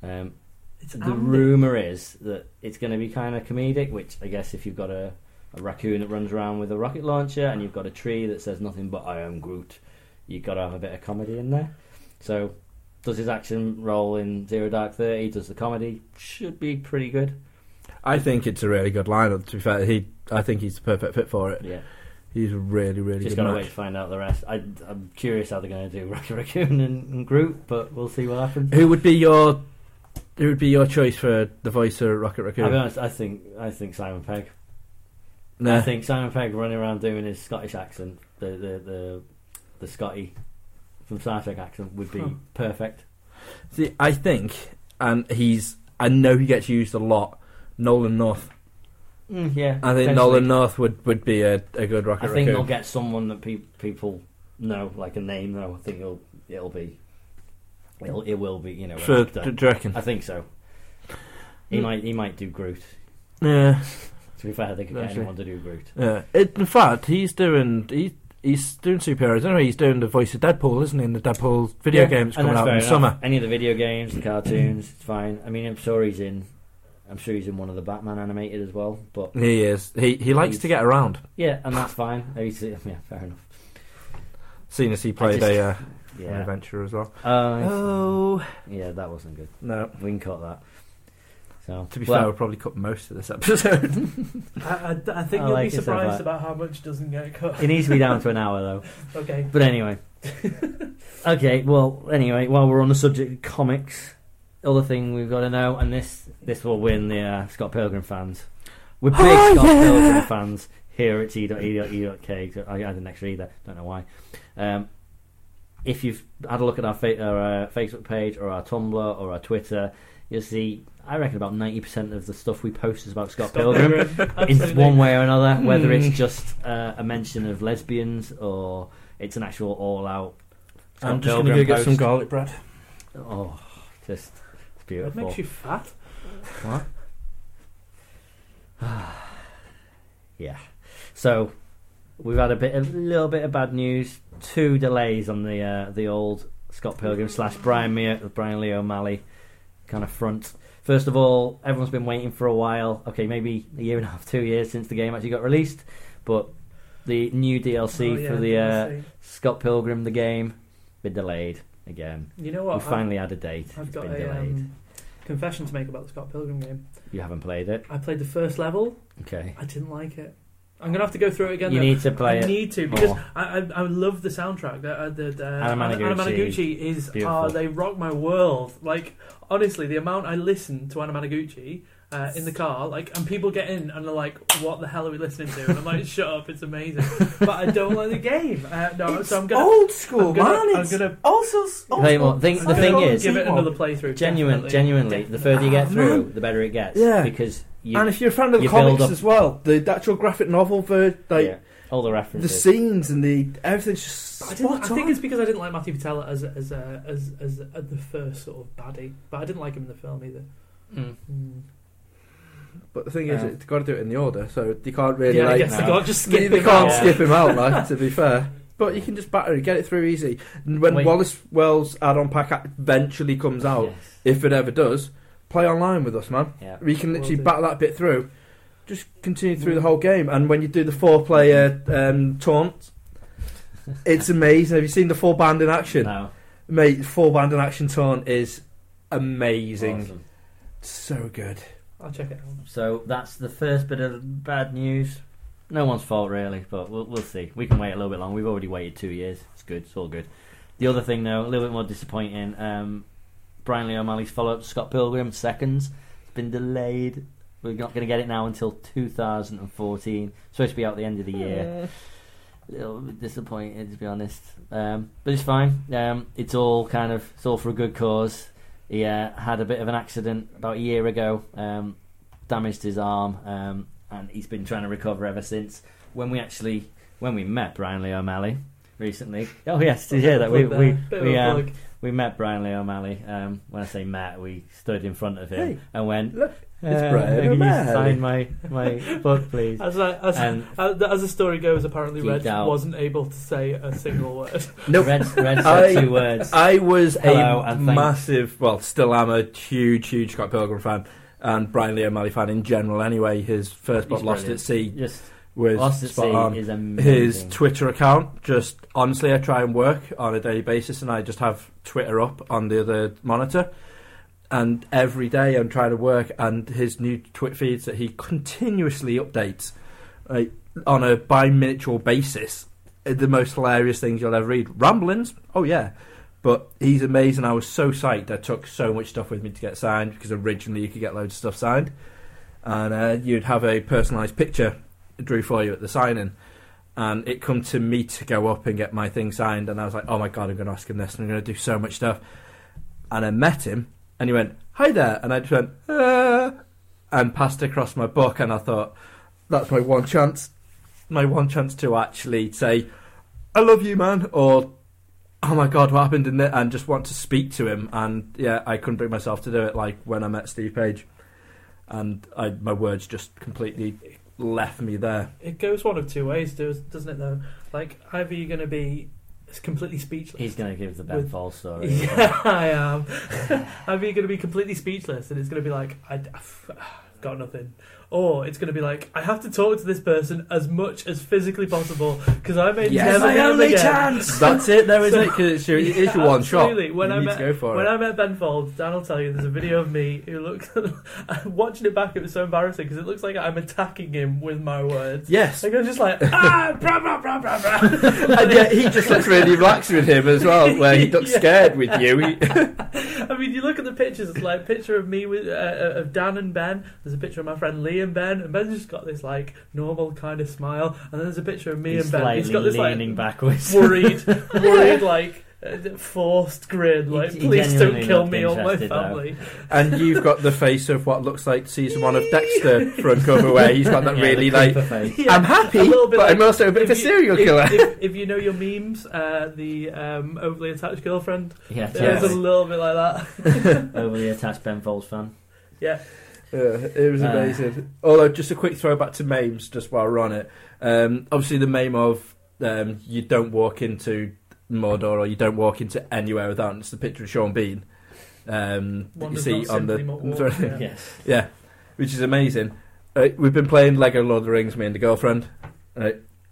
B: Um,
D: it's
B: the
D: Andy.
B: rumor is that it's going to be kind of comedic, which I guess if you've got a, a raccoon that runs around with a rocket launcher and you've got a tree that says nothing but "I am Groot," you've got to have a bit of comedy in there. So, does his action role in Zero Dark Thirty? Does the comedy should be pretty good?
C: I think it's a really good lineup. To be fair, he, I think he's the perfect fit for it.
B: Yeah,
C: He's a really, really
B: just
C: good
B: gotta
C: match.
B: wait to find out the rest. I, I'm curious how they're going to do *laughs* Rocket Raccoon and, and Groot, but we'll see what happens.
C: Who would be your, who would be your choice for the voice of Rocket
B: I'll be
C: Raccoon?
B: honest, I think I think Simon Pegg.
C: No,
B: I think Simon Pegg running around doing his Scottish accent, the the the, the Scotty from Star Trek accent would be
D: Huh.
B: perfect.
C: See, I think, and he's, I know he gets used a lot. Nolan North.
B: Mm, yeah,
C: I think
B: potentially.
C: Nolan North would, would be a, a good
B: I
C: Rocket
B: think
C: Raccoon.
B: they'll get someone that pe- people know, like a name though. I think it'll it'll be it'll, it will be you know an
C: for,
B: actor.
C: do you reckon?
B: I think so. He
C: Mm.
B: might he might do Groot.
C: Yeah,
B: To be fair, they could get
C: Actually.
B: anyone to do Groot.
C: yeah. It, in fact, he's doing he, he's doing superheroes. Anyway, he's doing the voice of Deadpool, isn't he? In the Deadpool video
B: Yeah,
C: game that's
B: and
C: coming out
B: fair
C: in
B: enough.
C: summer.
B: Any of the video games, the cartoons, it's fine. I mean, I'm sure he's in. I'm sure he's in one of the Batman animated as well, but
C: He is. He he likes to get around.
B: Yeah, and that's fine. I mean, it's- *laughs* yeah, fair enough.
C: Seeing as he played
B: just-
C: a uh, an
B: Yeah.
C: adventure as well.
B: Uh,
C: Oh
B: yeah, that wasn't good.
C: no.
B: We can cut that. So
C: To be
B: well,
C: fair, we'll probably cut most of this *laughs* episode.
D: I, I, I think
B: I
D: you'll
B: like
D: be
B: yourself,
D: surprised
B: that.
D: about how much doesn't get cut.
B: it needs to be down to an hour though.
D: *laughs* okay.
B: But anyway, okay. Well, anyway, while we're on the subject of comics, other thing we've got to know, and this this will win the uh, Scott Pilgrim fans. We're big
C: Oh,
B: Scott
C: yeah.
B: Pilgrim fans here at E t.e.e.k. I I had an extra e there. Don't know why. Um, if you've had a look at our, fa- our uh, Facebook page or our Tumblr or our Twitter, you'll see. I reckon about ninety percent of the stuff we post is about Scott, Pilgrim in
D: Absolutely. Hmm.
B: one way or another, whether it's just uh, a mention of lesbians or it's an actual all-out. Scott
C: I'm just gonna
B: Pilgrim
C: go get
B: post.
C: some garlic bread.
B: Oh, just it's
D: It
B: beautiful.
D: makes you fat.
B: So we've had a bit, a little bit of bad news. Two delays on the uh, the old Scott Pilgrim slash Brian Mea, Brian Lee O'Malley kind of front. First of all, everyone's been waiting for a while. Okay, maybe a year and a half, two years since the game actually got released, but the new DLC
D: Oh, yeah,
B: for the uh,
D: DLC.
B: Scott Pilgrim the game been delayed again.
D: you know what?
B: we
D: I've-
B: finally had a date.
D: I've
B: it's
D: got
B: been
D: a
B: delayed.
D: um, confession to make about the Scott Pilgrim game.
B: You haven't played it.
D: I played the first level.
B: Okay.
D: I didn't like it. I'm gonna have to go through it again.
B: You
D: though.
B: need to play
D: I
B: it.
D: need to because
B: more.
D: I, I I love the soundtrack. The, uh, the, the
B: Anamanaguchi.
D: Anamanaguchi is
B: Beautiful.
D: uh, they rock my world. Like honestly, the amount I listen to Anamanaguchi uh, in the car, like, and people get in and they're like, "What the hell are we listening to?" And I'm like, "Shut up,
E: *laughs*
D: it's amazing." But I don't like the game. Uh, no, so I'm gonna
E: old
D: I'm
E: school,
D: gonna-
E: man.
D: I'm
E: it's
D: gonna-
E: also s- old
B: Hey,
E: school.
B: well, think-
E: It's
B: the
D: I'm
E: not
B: thing
D: gonna
E: old
B: is-
D: give it
E: school.
D: another playthrough.
B: Genuine,
D: definitely.
B: genuinely, the further you get
E: Ah,
B: through,
E: man.
B: the better it gets.
C: Yeah.
B: Because you,
E: and if you're a fan of the
B: you build
E: comics
B: up-
E: as well, the actual graphic novel, the like
B: yeah, all the
E: the
B: references.
E: scenes and the everything's just
D: I, didn't,
E: spot
D: I
E: on.
D: think it's because I didn't like Matthew Patella as as uh, as as uh, the first sort of baddie, but I didn't like him in the film either.
F: Mm.
D: Mm.
C: But the thing is,
E: Yeah.
C: it they've got to do it in the order, so they can't really
D: yeah, I
C: like
D: guess
F: no.
D: they can't just
C: They-
D: skip
C: they
D: him
C: can't
D: out.
C: skip him out, like to be fair. But you can just batter and get it through easy. And when
B: Wait.
C: Wallace Wells add-on pack eventually comes out,
B: Yes.
C: if it ever does, play online with us, man.
B: Yeah.
C: We can literally
D: Will do.
C: battle that bit through. Just continue through the whole game, and when you do the four-player um, taunt, it's amazing. Have you seen the four-band in action,
B: No.
C: mate? Four-band in action taunt is amazing.
B: Awesome.
C: So good.
D: I'll check it out.
B: So that's the first bit of bad news. No one's fault really, but we'll, we'll see. We can wait a little bit long. We've already waited two years. It's good. It's all good. The other thing though, a little bit more disappointing. Um, Brian Lee O'Malley's follow-up, Scott Pilgrim, seconds. It's been delayed. We're not going to get it now until 2014. Supposed to be out at the end of the
C: Oh,
B: year. A little bit disappointed to be honest, um, but it's fine. Um, it's all kind of it's all for a good cause. He uh, had a bit of an accident about a year ago, um, damaged his arm, um, and he's been trying to recover ever since. When we actually when we met Brian Lee O'Malley recently, oh yes, did you hear that? We
D: Plug there.
B: we
D: Bit of
B: we,
D: a
B: um,
D: plug.
B: we met Brian Lee O'Malley. Um, when I say met, we stood in front of him
C: Hey,
B: and went,
C: look, it's
B: "Uh,
C: Brian
B: can you
C: O'Malley."
B: sign my my book, please?"
D: As, I, as,
B: And
D: as, as the story goes, apparently
B: Geeked
D: Red
B: out.
D: wasn't able to say a single word. *laughs*
C: Nope.
B: Red, Red
C: I-
B: said two words.
C: I was
B: Hello,
C: a
B: and thanks.
C: massive, well, still am a huge, huge Scott Pilgrim fan and Brian Lee O'Malley fan in general. Anyway, his first book,
B: He's
C: Lost at
B: brilliant.
C: Sea,
B: Just
C: was
B: Lost at
C: spot
B: Sea
C: on.
B: is
C: His
B: amazing.
C: Twitter account, just honestly, I try and work on a daily basis, and I just have Twitter up on the other monitor. And every day I'm trying to work, and his new Twitter feeds that he continuously updates like, on a bi miniature basis are the most hilarious things you'll ever read. Ramblings, oh yeah. But he's amazing. I was so psyched. I took so much stuff with me to get signed because originally you could get loads of stuff signed, and uh, you'd have a personalised picture drew for you at the signing. And it come to me to go up and get my thing signed, and I was like, "Oh my god, I'm going to ask him this, and I'm going to do so much stuff." And I met him, and he went, "Hi there," and I just went, "Ah," and passed across my book, and I thought, "That's my one chance, my one chance to actually say, I love you, man,' or oh my god, what happened in there, and just want to speak to him. And yeah, I couldn't bring myself to do it. Like when I met Steve Page, and I, my words just completely left me there.
D: It goes one of two ways, does- doesn't it? Though, like either you're going to be completely speechless. *laughs*
B: He's going to give the Ben
D: With-
B: Fall story.
D: Yeah, I am. *laughs* either you're going to be completely speechless, and it's going to be like I, have *sighs* got nothing, or it's going to be like I have to talk to this person as much as physically possible because I may
C: Yes.
D: never
C: My
D: get him
C: only
D: again. *laughs*
C: chance. That's it, though, isn't
D: So-
C: it? 'Cause it's your, it is your one shot.
D: Absolutely. When
C: you
D: I
C: need
D: met-
C: to go for
D: When
C: it.
D: I met Ben Folds, Dan will tell you there's a video of me who looks. *laughs* watching it back, it was so embarrassing because it looks like I'm attacking him with my words. *laughs*
C: yes. *laughs*
D: Like I'm just like ah, brah, brah, brah, brah, brah.
C: and yet he just looks really relaxed with him as well, where he
D: *laughs*
C: looks
D: Yeah.
C: scared with you. He-
D: I mean, you look at the pictures. It's like a picture of me with uh, uh, of Dan and Ben. There's a picture of my friend Lee and Ben, and Ben's just got this like normal kind of smile. And then there's a picture of me
B: He's
D: and Ben.
B: slightly
D: He's got this like
B: leaning backwards. *laughs*
D: worried, worried like uh, forced grin.
B: He-
D: Like,
B: he
D: please don't
B: genuinely
D: kill
B: looked
D: me or my
B: interested, though.
D: family.
C: and you've got the face of what looks like season one of Dexter front cover, where he's got that
B: Yeah,
C: really
B: the
C: like
B: creeper face.
D: Yeah,
C: I'm happy,
D: a little bit
C: but
D: like-
C: I'm also a bit of a
D: if you-
C: serial
D: if-
C: killer.
D: If, if you know your memes, uh, the um, overly attached girlfriend,
B: Yeah,
D: there's
C: Yes.
D: a little bit like that.
B: overly attached Ben Folds fan.
D: Yeah,
C: Yeah, it was
B: Uh,
C: amazing. Although, just a quick throwback to memes, just while we're on it. Um, obviously, the meme of um, you don't walk into Mordor or you don't walk into anywhere without it's the picture of Sean Bean um, that
D: One
C: you
D: does
C: see
D: not
C: on the
D: simply
C: *laughs*
D: not walk, yeah.
B: Yes.
C: yeah, which is amazing. Uh, we've been playing Lego Lord of the Rings, me and the girlfriend. Uh,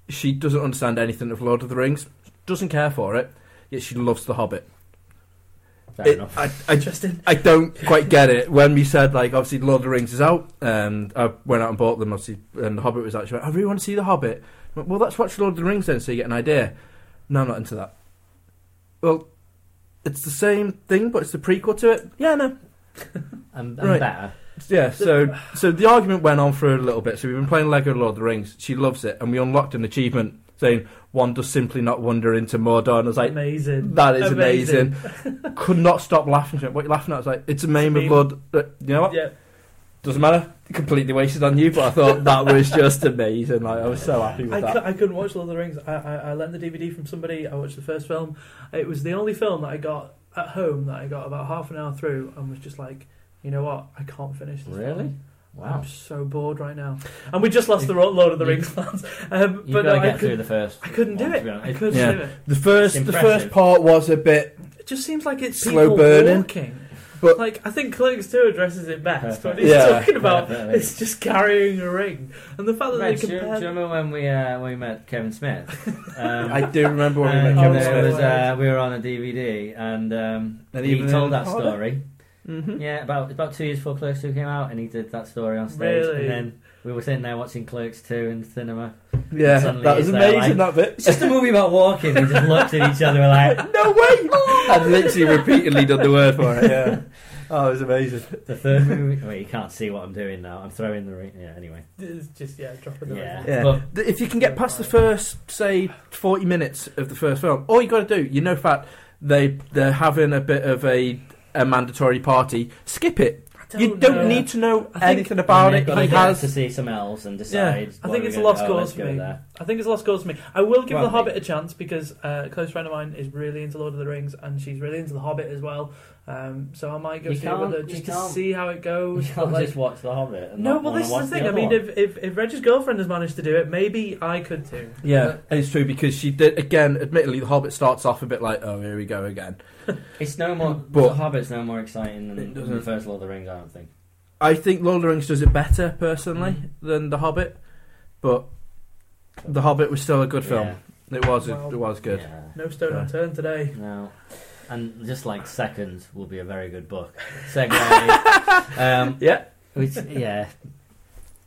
C: she doesn't understand anything of Lord of the Rings, doesn't care for it, yet she loves The Hobbit.
B: Fair
C: It-
B: enough.
C: I, I
D: Justin.
C: I don't quite get it. When we said like obviously Lord of the Rings is out, and I went out and bought them obviously, and The Hobbit was actually. I really want to see The Hobbit. I went, well, let's watch Lord of the Rings then, so you get an idea. No, I'm not into that. Well, it's the same thing, but it's the prequel to it. Yeah, no.
B: I'm, I'm
C: Right.
B: better.
C: Yeah, so so the argument went on for a little bit. So we've been playing Lego Lord of the Rings. She loves it, and we unlocked an achievement saying one does simply not wander into Mordor. And I was like,
D: amazing.
C: that is amazing. Could not stop laughing. She went, What are you laughing at? I was like, it's a meme
D: It's a
C: of
D: meme.
C: Lord. You know what?
D: Yeah,
C: Doesn't matter. Completely wasted on you, but I thought that
B: *laughs*
C: was just amazing. Like I was so happy with
D: I,
C: that.
D: cou- I couldn't watch Lord of the Rings. I, I, I lent the DVD from somebody. I watched the first film. It was the only film that I got at home that I got about half an hour through and was just like, you know what? I can't finish this.
B: Really?
D: film.
B: Wow.
D: I'm so bored right now. And we just lost the Ro- Lord of the
B: You-
D: Rings fans. *laughs* Um,
B: You've
D: but
B: got
D: no,
B: to
D: I,
B: get through
D: could,
B: the first.
D: I couldn't do
B: one, to
D: it.
B: be
D: I
B: honest.
D: couldn't
C: Yeah.
D: do it.
C: The first, the
B: Impressive.
C: first part was a bit.
D: It just seems like it's
C: Slow
D: people
C: burning,
D: walking.
C: but-
D: like I think Clerks Two addresses it best. What he's
C: Yeah.
D: talking about
B: Definitely.
D: is just carrying a ring, and the fact that
B: Reg,
D: they
B: do, you, do you
D: compare.
B: remember when we uh, when we met Kevin
D: *laughs*
B: Smith? Um,
C: I do remember when we
B: and
C: met
D: Kevin
C: Kevin
B: there
C: Smith.
B: was, uh, we were on a DVD, and, um,
C: And
B: he
C: even in
B: told that
C: harder?
B: story.
C: Mhm.
B: Yeah, about about two years before Clerks Two came out, and he did that story on stage.
D: Really?
B: And then we were sitting there watching Clerks Two in the cinema.
C: Yeah,
B: Suddenly
C: that was
B: he's there,
C: amazing. That bit.
B: It's just a movie about walking. We just looked at each other like *laughs*
C: No way! *laughs* I've literally repeatedly done the word for it. Yeah. *laughs* Oh, it was amazing.
B: the third movie. Wait, you can't see what I'm doing now. I'm throwing the ring. Yeah. Anyway.
D: It's just yeah, dropping the
B: Yeah.
D: ring.
C: Yeah.
B: But
C: Th- if you can get past the first, say, forty minutes of the first film, all you got to do, you know, fact they they're having a bit of a, a mandatory party. Skip it. you don't
D: know.
C: need to know
D: I think-
C: anything about
B: and they've
C: it.
B: got
C: He
B: to get
C: has.
B: to see some else and decide.
D: I
B: what
D: think
B: we're
D: it's
B: gonna-
D: lost
B: oh,
D: cause
B: let's
D: for
B: go
D: me.
B: there.
D: I think it's lost cause for me. I will give
B: Well,
D: The Hobbit a chance because uh, a close friend of mine is really into Lord of the Rings and she's really into The Hobbit as well. Um, so I might go
B: You
D: see it with
B: can't-
D: her
B: you
D: just to
B: can't-
D: see how it
B: *laughs*
D: goes.
B: You
D: but,
B: can't
D: like-
B: just watch The Hobbit. And
D: no,
B: not
D: well,
B: wanna
D: this
B: watch
D: is the thing. I
B: other
D: mean,
B: one.
D: if, if, if Reg's girlfriend has managed to do it, maybe I could too.
C: Yeah, and it's true because she did again. Admittedly, the Hobbit starts off a bit like, "Oh, here we go again."
B: it's no more.
C: But-
B: the Hobbit's no more exciting
C: It
B: than, than
C: doesn't.
B: the first Lord of the Rings. I don't think.
C: I think Lord of the Rings does it better personally
B: Mm.
C: than The Hobbit, but The Hobbit was still a good film.
B: Yeah,
C: It was.
D: Well,
C: it was good.
B: yeah.
D: No stone
C: Yeah.
D: unturned today.
B: No. And just like Seconds will be a very good book. Segue.
C: *laughs*
B: um,
C: Yeah.
B: which, yeah.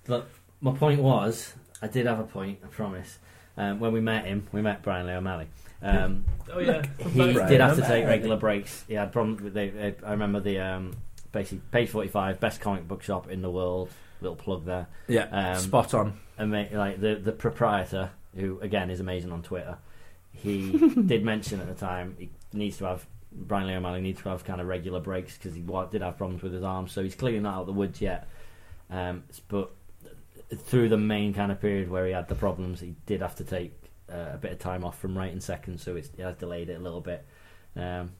B: But my point was, I did have a point, I promise. Um, when we met him, we met Brian Lee O'Malley.
C: *laughs*
B: Um,
D: Oh yeah,
B: he
C: Brian
B: did have to
C: O'Malley.
B: take regular breaks. He had problems with. They, they, I remember the um, basically page forty-five, best comic book shop in the world. Little plug there.
C: Yeah,
B: Um,
C: spot on.
B: And ma- like the the proprietor, who again is amazing on Twitter, he did mention at the time he needs to have Brian Lee O'Malley needs to have kind of regular breaks because he wa- did have problems with his arms, so he's clearly not out of the woods yet. Um, s- but uh, through the main kind of period where he had the problems, he did have to take uh, a bit of time off from writing seconds, so it's, it has delayed it a little bit. Um,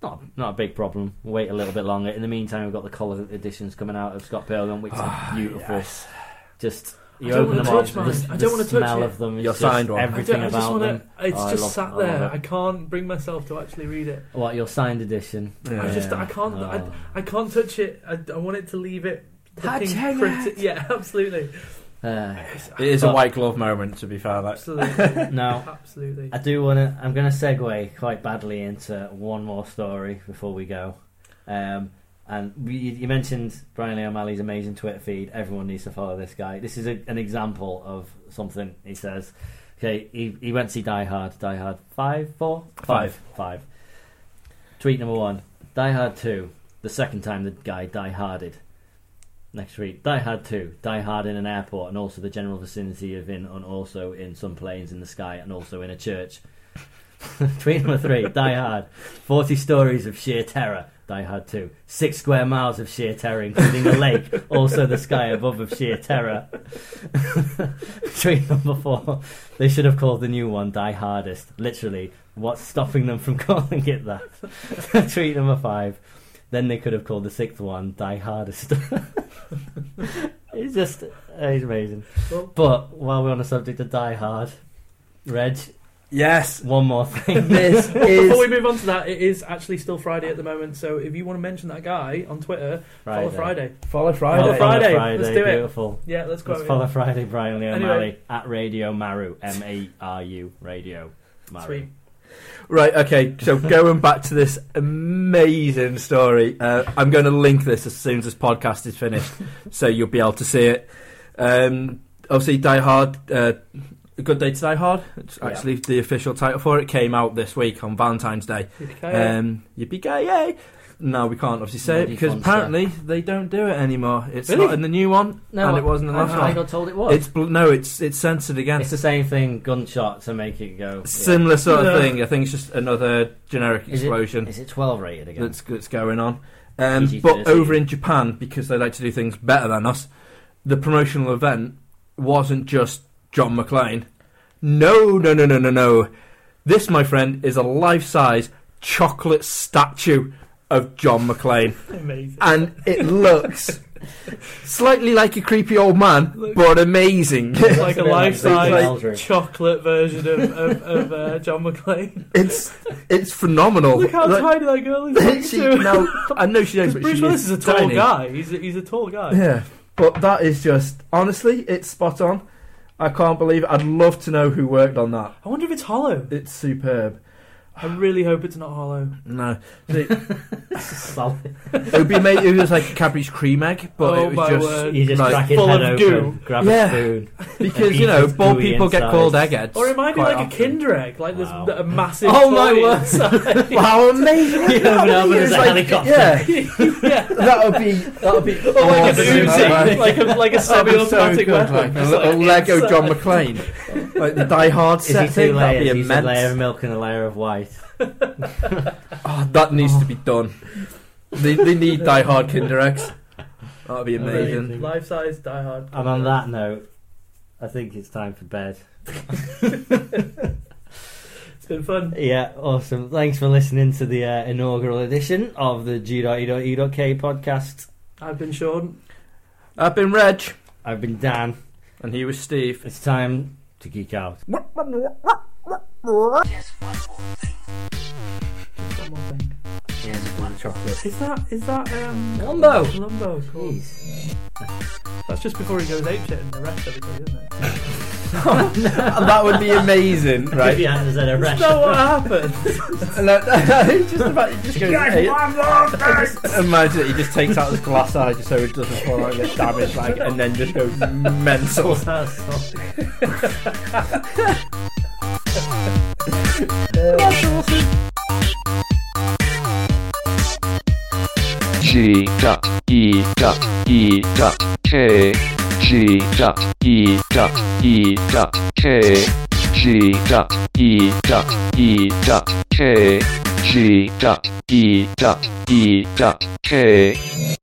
B: not not a big problem. We'll wait a little bit longer. In the meantime, we've got the colour editions coming out of Scott Pilgrim, which
C: Ah,
B: are beautiful.
C: yes.
B: Just
D: I
B: you
D: don't
B: open
D: wanna
B: them up.
D: touch
B: The,
D: mine.
B: the
D: I don't wanna touch
B: smell
D: it.
B: of them. is
C: Your
B: just
C: signed one. I
D: I,
B: Everything
D: don't- I just
B: about
D: want
B: them.
D: to. It's
B: Oh, I
D: just
B: love-
D: sat
B: I
D: there.
B: love it.
D: I can't bring myself to actually read it.
B: What your signed edition?
C: Yeah.
D: I just- I can't- I-
B: Oh.
D: I can't touch it. I, I want it to leave it.
C: Touch
D: looking
C: it.
D: pretty- *laughs* Yeah, absolutely.
B: Uh,
C: It is a
B: But-
C: white glove moment, to be fair. Like,
D: Absolutely.
B: *laughs* No.
D: Absolutely.
B: I do want to. I'm going to segue quite badly into one more story before we go. Um, and we, you you mentioned Brian Lee O'Malley's amazing Twitter feed. Everyone needs to follow this guy. This is a, an example of something he says. Okay, he, he went to see Die Hard. Die Hard five, four,
C: Five.
B: five. Tweet number one: Die Hard two. The second time the guy die harded. Next tweet: Die Hard two. Die Hard in an airport and also the general vicinity of in and also in some planes in the sky and also in a church. *laughs* tweet number three: Die Hard. Forty stories of sheer terror. Die Hard two. Six square miles of sheer terror, including a lake, also the sky above of sheer terror. *laughs* tweet number four: They should have called the new one Die Hardest. Literally, what's stopping them from *laughs* calling it that? *laughs* tweet number five. Then they could have called the sixth one Die
D: *laughs*
B: Hardest. it's just, uh, it's amazing. *laughs*
D: Well- *laughs*
B: But while we're on the subject of Die Hard, Reg,
C: yes,
B: one more
D: *laughs*
B: thing.
C: this
D: Before we
C: is.
D: move on to that, it is actually still Friday at the moment. So if you want to mention that guy on Twitter, follow Friday.
C: Follow Friday.
B: Follow
D: Follow Friday.
B: Friday.
D: Let's do it.
B: Beautiful.
D: Yeah, let's go.
B: Let's follow Friday, Brian Lee
D: Anyway.
B: O'Malley at Radio Maru, M A R U, Radio Maru.
D: Sweet.
C: Right, okay, *laughs* so going back to this amazing story, uh, I'm going to link this as soon as this podcast is *laughs* finished, so you'll be able to see it. Um, obviously, Die Hard, uh, A Good Day to Die Hard, it's
B: Yeah.
C: actually the official title for it, came out this week on Valentine's Day.
D: Okay.
C: Um, yippee ki yay! No, we can't obviously say it
B: Bloody
C: because
B: Fonseca.
C: apparently they don't do it anymore. It's
E: Really?
C: not in the new one,
B: No,
C: and it wasn't in the
B: I,
C: last
B: I
C: one.
B: got told it was.
C: It's
B: It's,
C: bl- no, it's it's censored again.
B: the same thing, gunshot to make it go. yeah.
C: Similar sort of
D: Yeah.
C: thing. I think it's just another generic
B: Is it-
C: explosion
B: Is it 12 rated again?
C: that's that's going on. Um,
B: PG-13.
C: but over in Japan, because they like to do things better than us, the promotional event wasn't just John McClane. No, no, no, no, no, no. This, my friend, is a life-size chocolate statue of John McClane.
D: Amazing.
C: and
D: *laughs*
C: it looks slightly like a creepy old man,
D: Look.
C: but amazing.
D: It's
C: *laughs*
D: like
B: It's
D: a
B: a bit like Big Bang
D: life-size
B: Theory.
D: chocolate version of, of, of uh, John McClane.
C: it's it's phenomenal.
D: Look how
C: Like,
D: tiny that
C: *laughs*
D: girl is. *laughs*
C: she, no, I know she is,
D: Because
C: but
D: Bruce
C: she
D: Willis is a tall
C: tiny.
D: guy. He's a, he's a tall guy.
C: Yeah, but that is just honestly, it's spot on. I can't believe. It. I'd love to know who worked on that.
D: I wonder if it's hollow.
C: It's superb.
D: I really hope it's not hollow.
C: No, it
B: Solid.
C: would be made. It was like Cadbury's cream egg, but
D: oh
C: it was
D: my
C: just
D: word.
B: You just
C: Like,
B: crack your
D: full
B: head
D: of
B: open,
D: goo.
B: grab
C: Yeah.
B: a spoon.
C: because you know
B: It's
C: bald
B: gooey
C: people get
B: inside.
C: called eggheads. *laughs*
D: Or it might be
C: quite
D: like a
C: often.
D: Kinder Egg, like there's
B: Wow.
D: a massive.
C: Oh my
D: toy
C: word.
D: *laughs* inside.
C: *laughs* Wow, amazing!
B: You open up and there's a
C: It's like-
B: helicopter.
C: Yeah,
D: yeah.
C: that *laughs* would be that would be
D: Or like
E: Awesome.
D: a
E: Like-
D: Uzi, *laughs* like a like a
C: so
D: semi-automatic
C: good,
D: weapon.
C: like a
D: Just
C: little
D: like
C: Lego
D: inside.
C: John McClane, like the Die Hard
B: Is he
C: setting.
B: two
C: That'd be
B: layers? He's a layer of
C: immense.
B: milk and a layer of white.
C: Oh, that needs to be done. They, they *laughs* need Die Hard Kinder Eggs. That'd be amazing.
B: Amazing.
D: Life-size Die Hard.
B: And on that note, I think it's time for bed.
D: it's been fun.
B: Yeah, awesome. Thanks for listening to the uh, inaugural edition of the E G.E.E.K podcast.
D: I've been Sean.
C: I've been Reg,
B: I've been Dan.
C: and he was Steve.
B: It's time to geek out.
D: One more thing.
B: chocolate.
D: Is that is that um
B: Lumbo.
D: Lumbo, cool. That's just before he goes apeshit and the rest of it, isn't it?
C: that would be amazing, *laughs* right?
B: Maybe Anna's had a rest.
D: That's not what happened.
C: And *laughs* that- just about, he just goes, "Hey." Imagine it, he just takes out his glass eye just so it doesn't fall out and get damaged, like, and then just goes mental.
D: uh,
A: G dot E dot E dot K G dot E dot E dot K G dot E dot E dot K G dot E dot E dot K